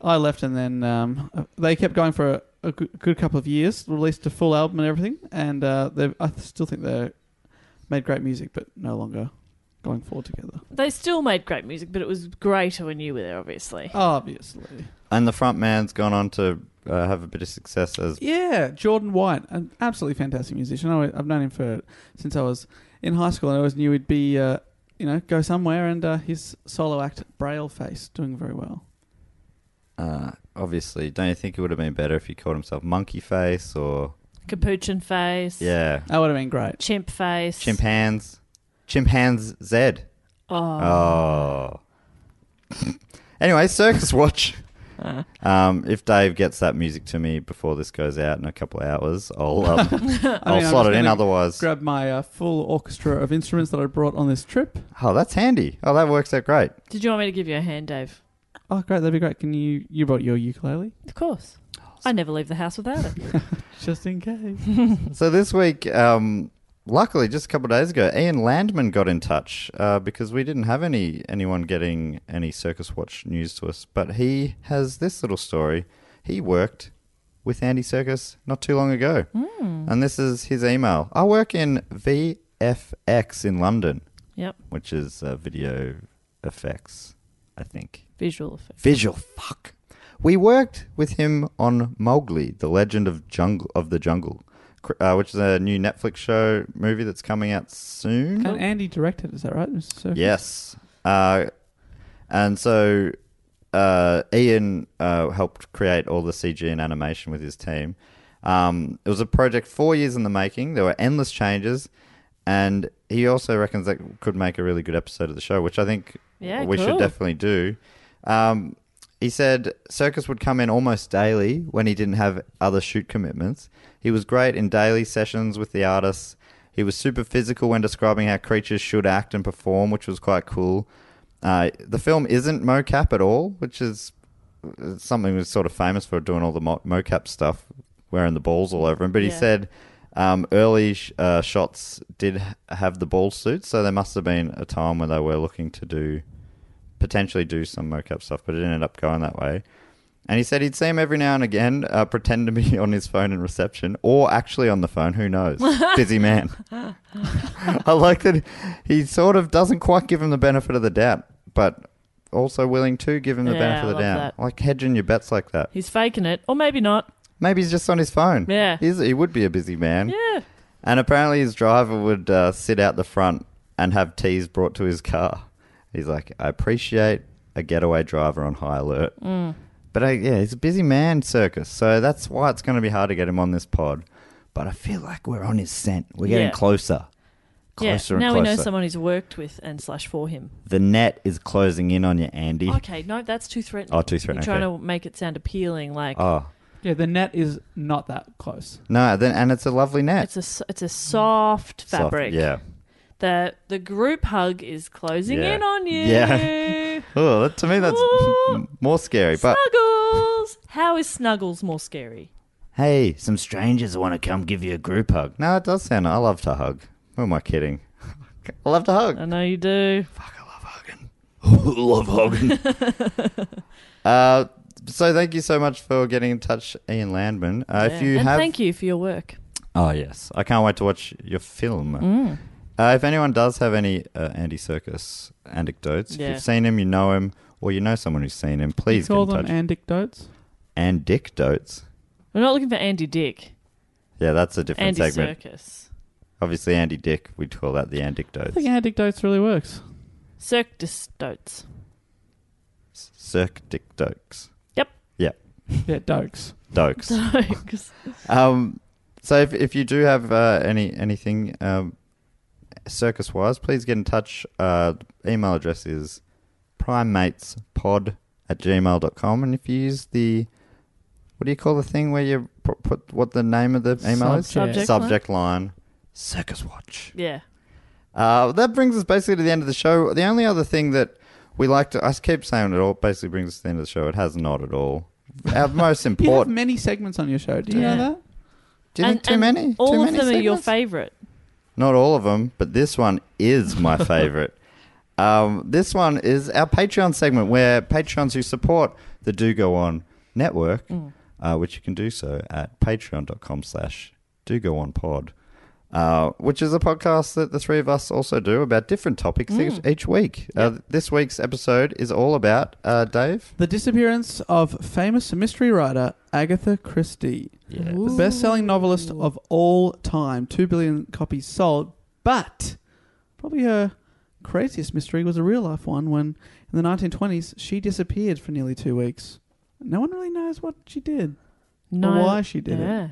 F: I left, and then um, uh, they kept going for a, a good, good couple of years. Released a full album and everything, and uh, they've- I still think they made great music, but no longer going forward together.
G: They still made great music, but it was greater when you were there, obviously.
F: Obviously,
E: And the front man's gone on to uh, have a bit of success as
F: yeah. Jordan White, an absolutely fantastic musician. I, have known him for since I was in high school, and I always knew he'd be, uh, you know, go somewhere. And uh, his solo act Braille Face doing very well.
E: uh, obviously. Don't you think it would have been better if he called himself Monkey Face or
G: Capuchin face.
E: yeah?
F: That would have been great.
G: Chimp face.
E: Chimpanz. Chimpanz Z.
G: Oh.
E: Oh. anyway, Circus Watch.
F: Uh-huh.
E: Um, if Dave gets that music to me before this goes out in a couple of hours, I'll um, I'll
F: mean, I'm
E: slot it
F: just
E: in.
F: gonna
E: Otherwise,
F: grab my uh, full orchestra of instruments that I brought on this trip.
E: oh, that's handy. Oh, that works out great.
G: Did you want me to give you a hand, Dave?
F: Oh, great, that'd be great. Can you? You brought your ukulele,
G: Of course. I never leave the house without it.
F: just in case.
E: So this week, um, luckily, just a couple of days ago, Ian Landman got in touch uh, because we didn't have any anyone getting any Circus Watch news to us, but he has this little story. He worked with Andy Circus not too long ago, and this is his email. I work in VFX in London,
G: yep.
E: which is uh, video effects, I think.
G: Visual effect.
E: Visual fuck. We worked with him on Mowgli, the Legend of Jungle of the Jungle, cr- uh, which is a new Netflix show movie that's coming out soon.
F: And Andy directed, is that right? Mr. Circus?
E: Yes. Uh, and so uh, Ian uh, helped create all the CG and animation with his team. Um, it was a project four years in the making. There were endless changes. And he also reckons that could make a really good episode of the show, which I think
G: Yeah,
E: we should
G: cool.
E: definitely do. Um, he said Circus would come in almost daily when he didn't have other shoot commitments. He was great in daily sessions with the artists. He was super physical when describing how creatures should act and perform, which was quite cool. Uh, the film isn't mocap at all, which is uh, something was sort of famous for doing all the mo- mocap stuff, wearing the balls all over him. But he
G: Yeah.
E: said um, early sh- uh, shots did h- have the ball suits, so there must have been a time when they were looking to do potentially do some mocap stuff, but it ended up going that way. And he said he'd see him every now and again, uh, pretend to be on his phone in reception, or actually on the phone. Who knows? Busy man. I like that he sort of doesn't quite give him the benefit of the doubt, but also willing to give him the
G: Yeah,
E: benefit of
G: I
E: the
G: love
E: doubt.
G: that.
E: Like hedging your bets like that.
G: He's faking it, or maybe not.
E: Maybe he's just on his phone.
G: Yeah.
E: He's, he would be a busy man.
G: Yeah.
E: And apparently his driver would uh, sit out the front and have teas brought to his car. He's like, I appreciate a getaway driver on high alert.
G: Mm.
E: But I, yeah, he's a busy man, Circus. So that's why it's going to be hard to get him on this pod. But I feel like we're on his scent. We're getting
G: Yeah.
E: closer. Closer
G: yeah.
E: and
G: Now
E: closer.
G: we know someone who's worked with and slash for him.
E: The net is closing in on you, Andy.
G: Okay, no, that's too threatening.
E: Oh, too threatening,
G: You're trying
E: okay.
G: to make it sound appealing, like
E: Oh.
F: Yeah, the net is not that close.
E: No, then, and it's a lovely net.
G: it's a s- it's a soft
E: Soft-
G: fabric.
E: yeah.
G: The the group hug is closing
E: Yeah.
G: in on you.
E: Yeah. Oh, that, to me, that's
G: Ooh.
E: more scary. But
G: Snuggles. How is Snuggles more scary?
E: Hey, some strangers want to come give you a group hug. No, it does sound. I love to hug. Who am I kidding? I love to hug.
G: I know you do.
E: love hugging. uh, so thank you so much for getting in touch, Ian Landman. Uh, If you
G: and
E: have,
G: thank you for your work.
E: Oh yes, I can't wait to watch your film.
G: Mm.
E: Uh, if anyone does have any uh, Andy Circus anecdotes, if
G: Yeah.
E: you've seen him, you know him, or you know someone who's seen him, please
F: call
E: get in
F: them
E: touch.
F: anecdotes.
E: Anecdotes.
G: We're not looking for Andy Dick.
E: Yeah, that's a different
G: Andy
E: segment.
G: Circus.
E: Obviously, Andy Dick, we call that the anecdotes.
F: I think anecdotes really works.
G: Cirque du Stotes.
E: Cirque Dick Dokes.
G: Yep.
E: Yeah,
F: Yeah, dokes.
E: Dokes.
G: Dokes.
E: Um, so if, if you do have uh, any anything um, circus wise, please get in touch. Uh, email address is primatespod at gmail.com. And if you use the, what do you call the thing where you pu- put what the name of the email is?
G: Subject.
E: Subject line. Circus Watch.
G: yeah.
E: Uh, that brings us basically to the end of the show. The only other thing that we like to, I keep saying it all, basically brings us to the end of the show. It has not at all. Our most
F: You have
E: important.
F: many segments on your show. Do you
G: Yeah.
F: know that?
E: Do you think too many?
G: All
E: too
G: of
E: many
G: them are your
E: segments?
G: favorite.
E: Not all of them, but this one is my favorite. um, this one is our Patreon segment where patrons who support the Do Go On network, uh, which you can do so at patreon.com slash do go on pod, uh, which is a podcast that the three of us also do about different topics each- each week. Uh, this week's episode is all about, uh, Dave,
F: The disappearance of famous mystery writer Agatha Christie, the best-selling novelist of all time, two billion copies sold. But probably her craziest mystery was a real-life one when, in the 1920s, she disappeared for nearly two weeks. No one really knows what she did.
G: No.
F: why she did it.
G: it.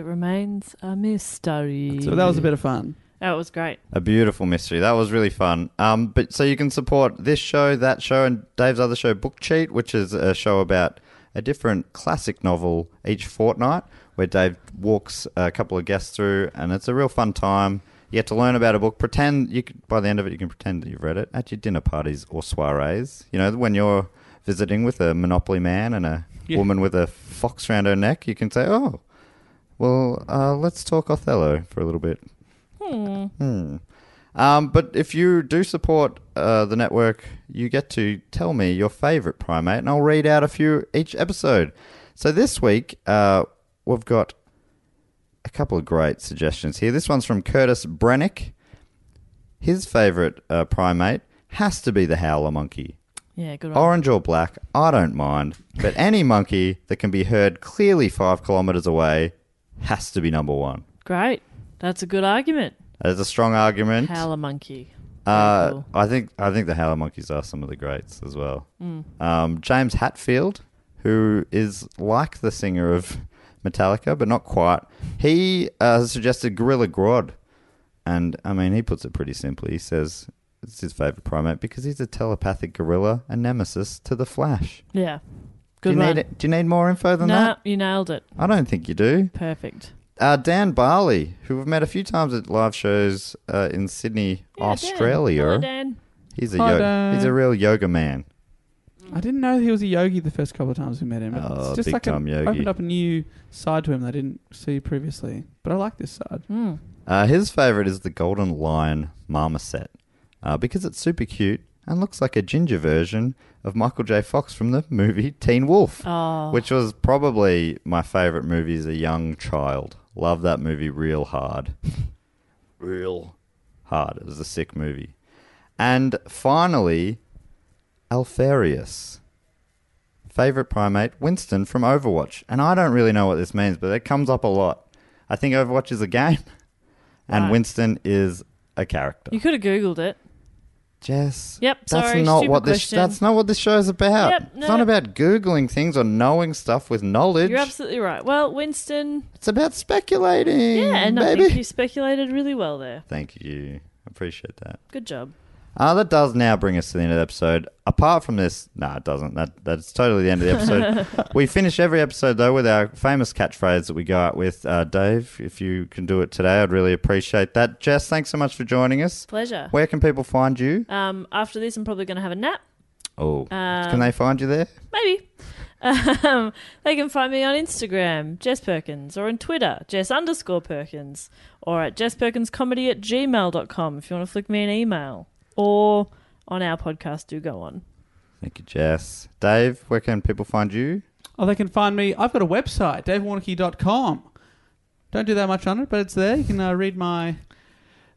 G: It remains a mystery.
F: So that was a bit of fun.
G: Oh, it was great.
E: a beautiful mystery. That was really fun. Um, but so you can support this show, that show, and Dave's other show, Book Cheat, which is a show about a different classic novel each fortnight, where Dave walks a couple of guests through, and it's a real fun time. You get to learn about a book. Pretend you could, by the end of it, you can pretend that you've read it at your dinner parties or soirees. You know, when you're visiting with a Monopoly man and a
F: Yeah.
E: woman with a fox round her neck, you can say, "Oh, well, uh, let's talk Othello for a little bit." Hmm. Um, but if you do support uh, the network, you get to tell me your favorite primate, and I'll read out a few each episode. So this week, uh, we've got a couple of great suggestions here. This one's from Curtis Brennick. His favorite uh, primate has to be the howler monkey.
G: Yeah, good one.
E: Orange or black, I don't mind, but any monkey that can be heard clearly five kilometers away has to be number one.
G: Great. That's a good argument.
E: There's a strong argument.
G: Howler monkey. Very
E: Uh,
G: cool.
E: I think I think the Howler Monkeys are some of the greats as well.
G: Mm.
E: Um, James Hatfield, who is like the singer of Metallica, but not quite. He uh, suggested Gorilla Grodd, and I mean he puts it pretty simply. He says it's his favorite primate because he's a telepathic gorilla, a nemesis to the Flash.
G: Yeah.
E: Do
G: Good
E: you
G: one.
E: need it- Do you need more info
G: no,
E: than that?
G: you nailed it.
E: I don't think you do
G: Perfect.
E: uh, Dan Barley, who we've met a few times at live shows uh, in Sydney,
G: Yeah, Dan.
E: Australia.
G: Hello, Dan.
E: He's a
F: Hi,
E: yo-
F: Dan.
E: he's a real yoga man.
F: I didn't know he was a yogi the first couple of times we met him. It's
E: Oh,
F: just
E: big
F: like it
E: time yogi.
F: opened up a new side to him that I didn't see previously. But I like this side.
G: Hmm.
E: Uh, his favorite is the golden lion marmoset uh, because it's super cute and looks like a ginger version of Michael J. Fox from the movie Teen Wolf, which was probably my favorite movie as a young child. Love that movie real hard, real hard. It was a sick movie. And finally, Alfarius. Favorite primate, Winston from Overwatch. And I don't really know what this means, but it comes up a lot. I think Overwatch is a game, and
G: Right.
E: Winston is a character.
G: You could have Googled it.
E: Jess.
G: Yep,
E: That's
G: sorry,
E: not
G: stupid
E: what this.
G: question.
E: That's not what this show's about.
G: Yep,
E: It's
G: no,
E: not
G: no.
E: about googling things or knowing stuff with knowledge.
G: You're absolutely right. Well, Winston.
E: it's about speculating.
G: Yeah, and I
E: baby.
G: think you speculated really well there.
E: Thank you. Appreciate that.
G: Good job.
E: Uh, that does now bring us to the end of the episode. Apart from this, no, it doesn't. That that's totally the end of the episode. we finish every episode though with our famous catchphrase that we go out with. Uh, Dave, if you can do it today, I'd really appreciate that. Jess, thanks so much for joining us.
G: Pleasure.
E: Where can people find you?
G: Um, after this, I'm probably going to have a nap. Um,
E: Oh,
G: Uh,
E: can they find you there?
G: Maybe. Um, they can find me on Instagram, Jess Perkins, or on Twitter, Jess underscore Perkins, or at jessperkinscomedy at gmail.com if you want to flick me an email, or on our podcast, Do Go On.
E: Thank you, Jess. Dave, where can people find you?
F: Oh, they can find me. I've got a website, davewarnocky.com. Don't do that much on it, but it's there. You can uh, read my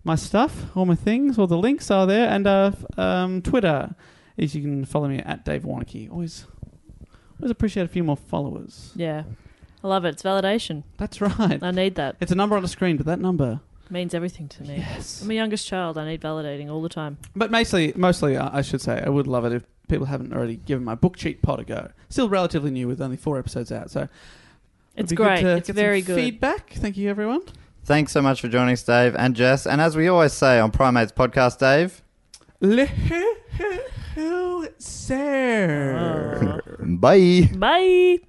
F: my stuff, all my things, all the links are there, and uh, f- um, Twitter is you can follow me at Dave Warnicky. Always, always appreciate a few more followers.
G: Yeah. I love it. It's validation.
F: That's right.
G: I need that.
F: It's a number on the screen, but that number.
G: It means everything to me.
F: Yes.
G: I'm a youngest child. I need validating all the time.
F: But mostly, mostly, uh, I I should say, I would love it if people haven't already given my book cheat pod a go. Still relatively new, with only four episodes out, so. it'd
G: It's
F: be
G: great.
F: to
G: It's
F: get some
G: very good.
F: Feedback. Thank you, everyone.
E: Thanks so much for joining us, Dave and Jess. And as we always say on Primates Podcast, Dave,
F: Little sir.
E: bye.
G: Bye.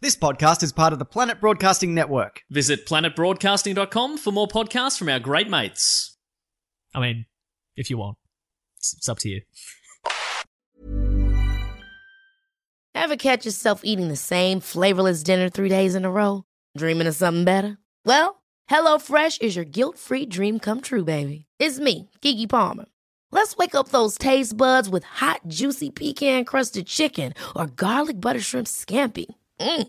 C: This podcast is part of the Planet Broadcasting Network.
D: Visit planetbroadcasting.com for more podcasts from our great mates.
H: I mean, if you want, it's, it's up to you.
A: Ever catch yourself eating the same flavorless dinner three days in a row? Dreaming of something better? Well, HelloFresh is your guilt free dream come true, baby. It's me, Kiki Palmer. Let's wake up those taste buds with hot, juicy pecan crusted chicken or garlic butter shrimp scampi. Mm.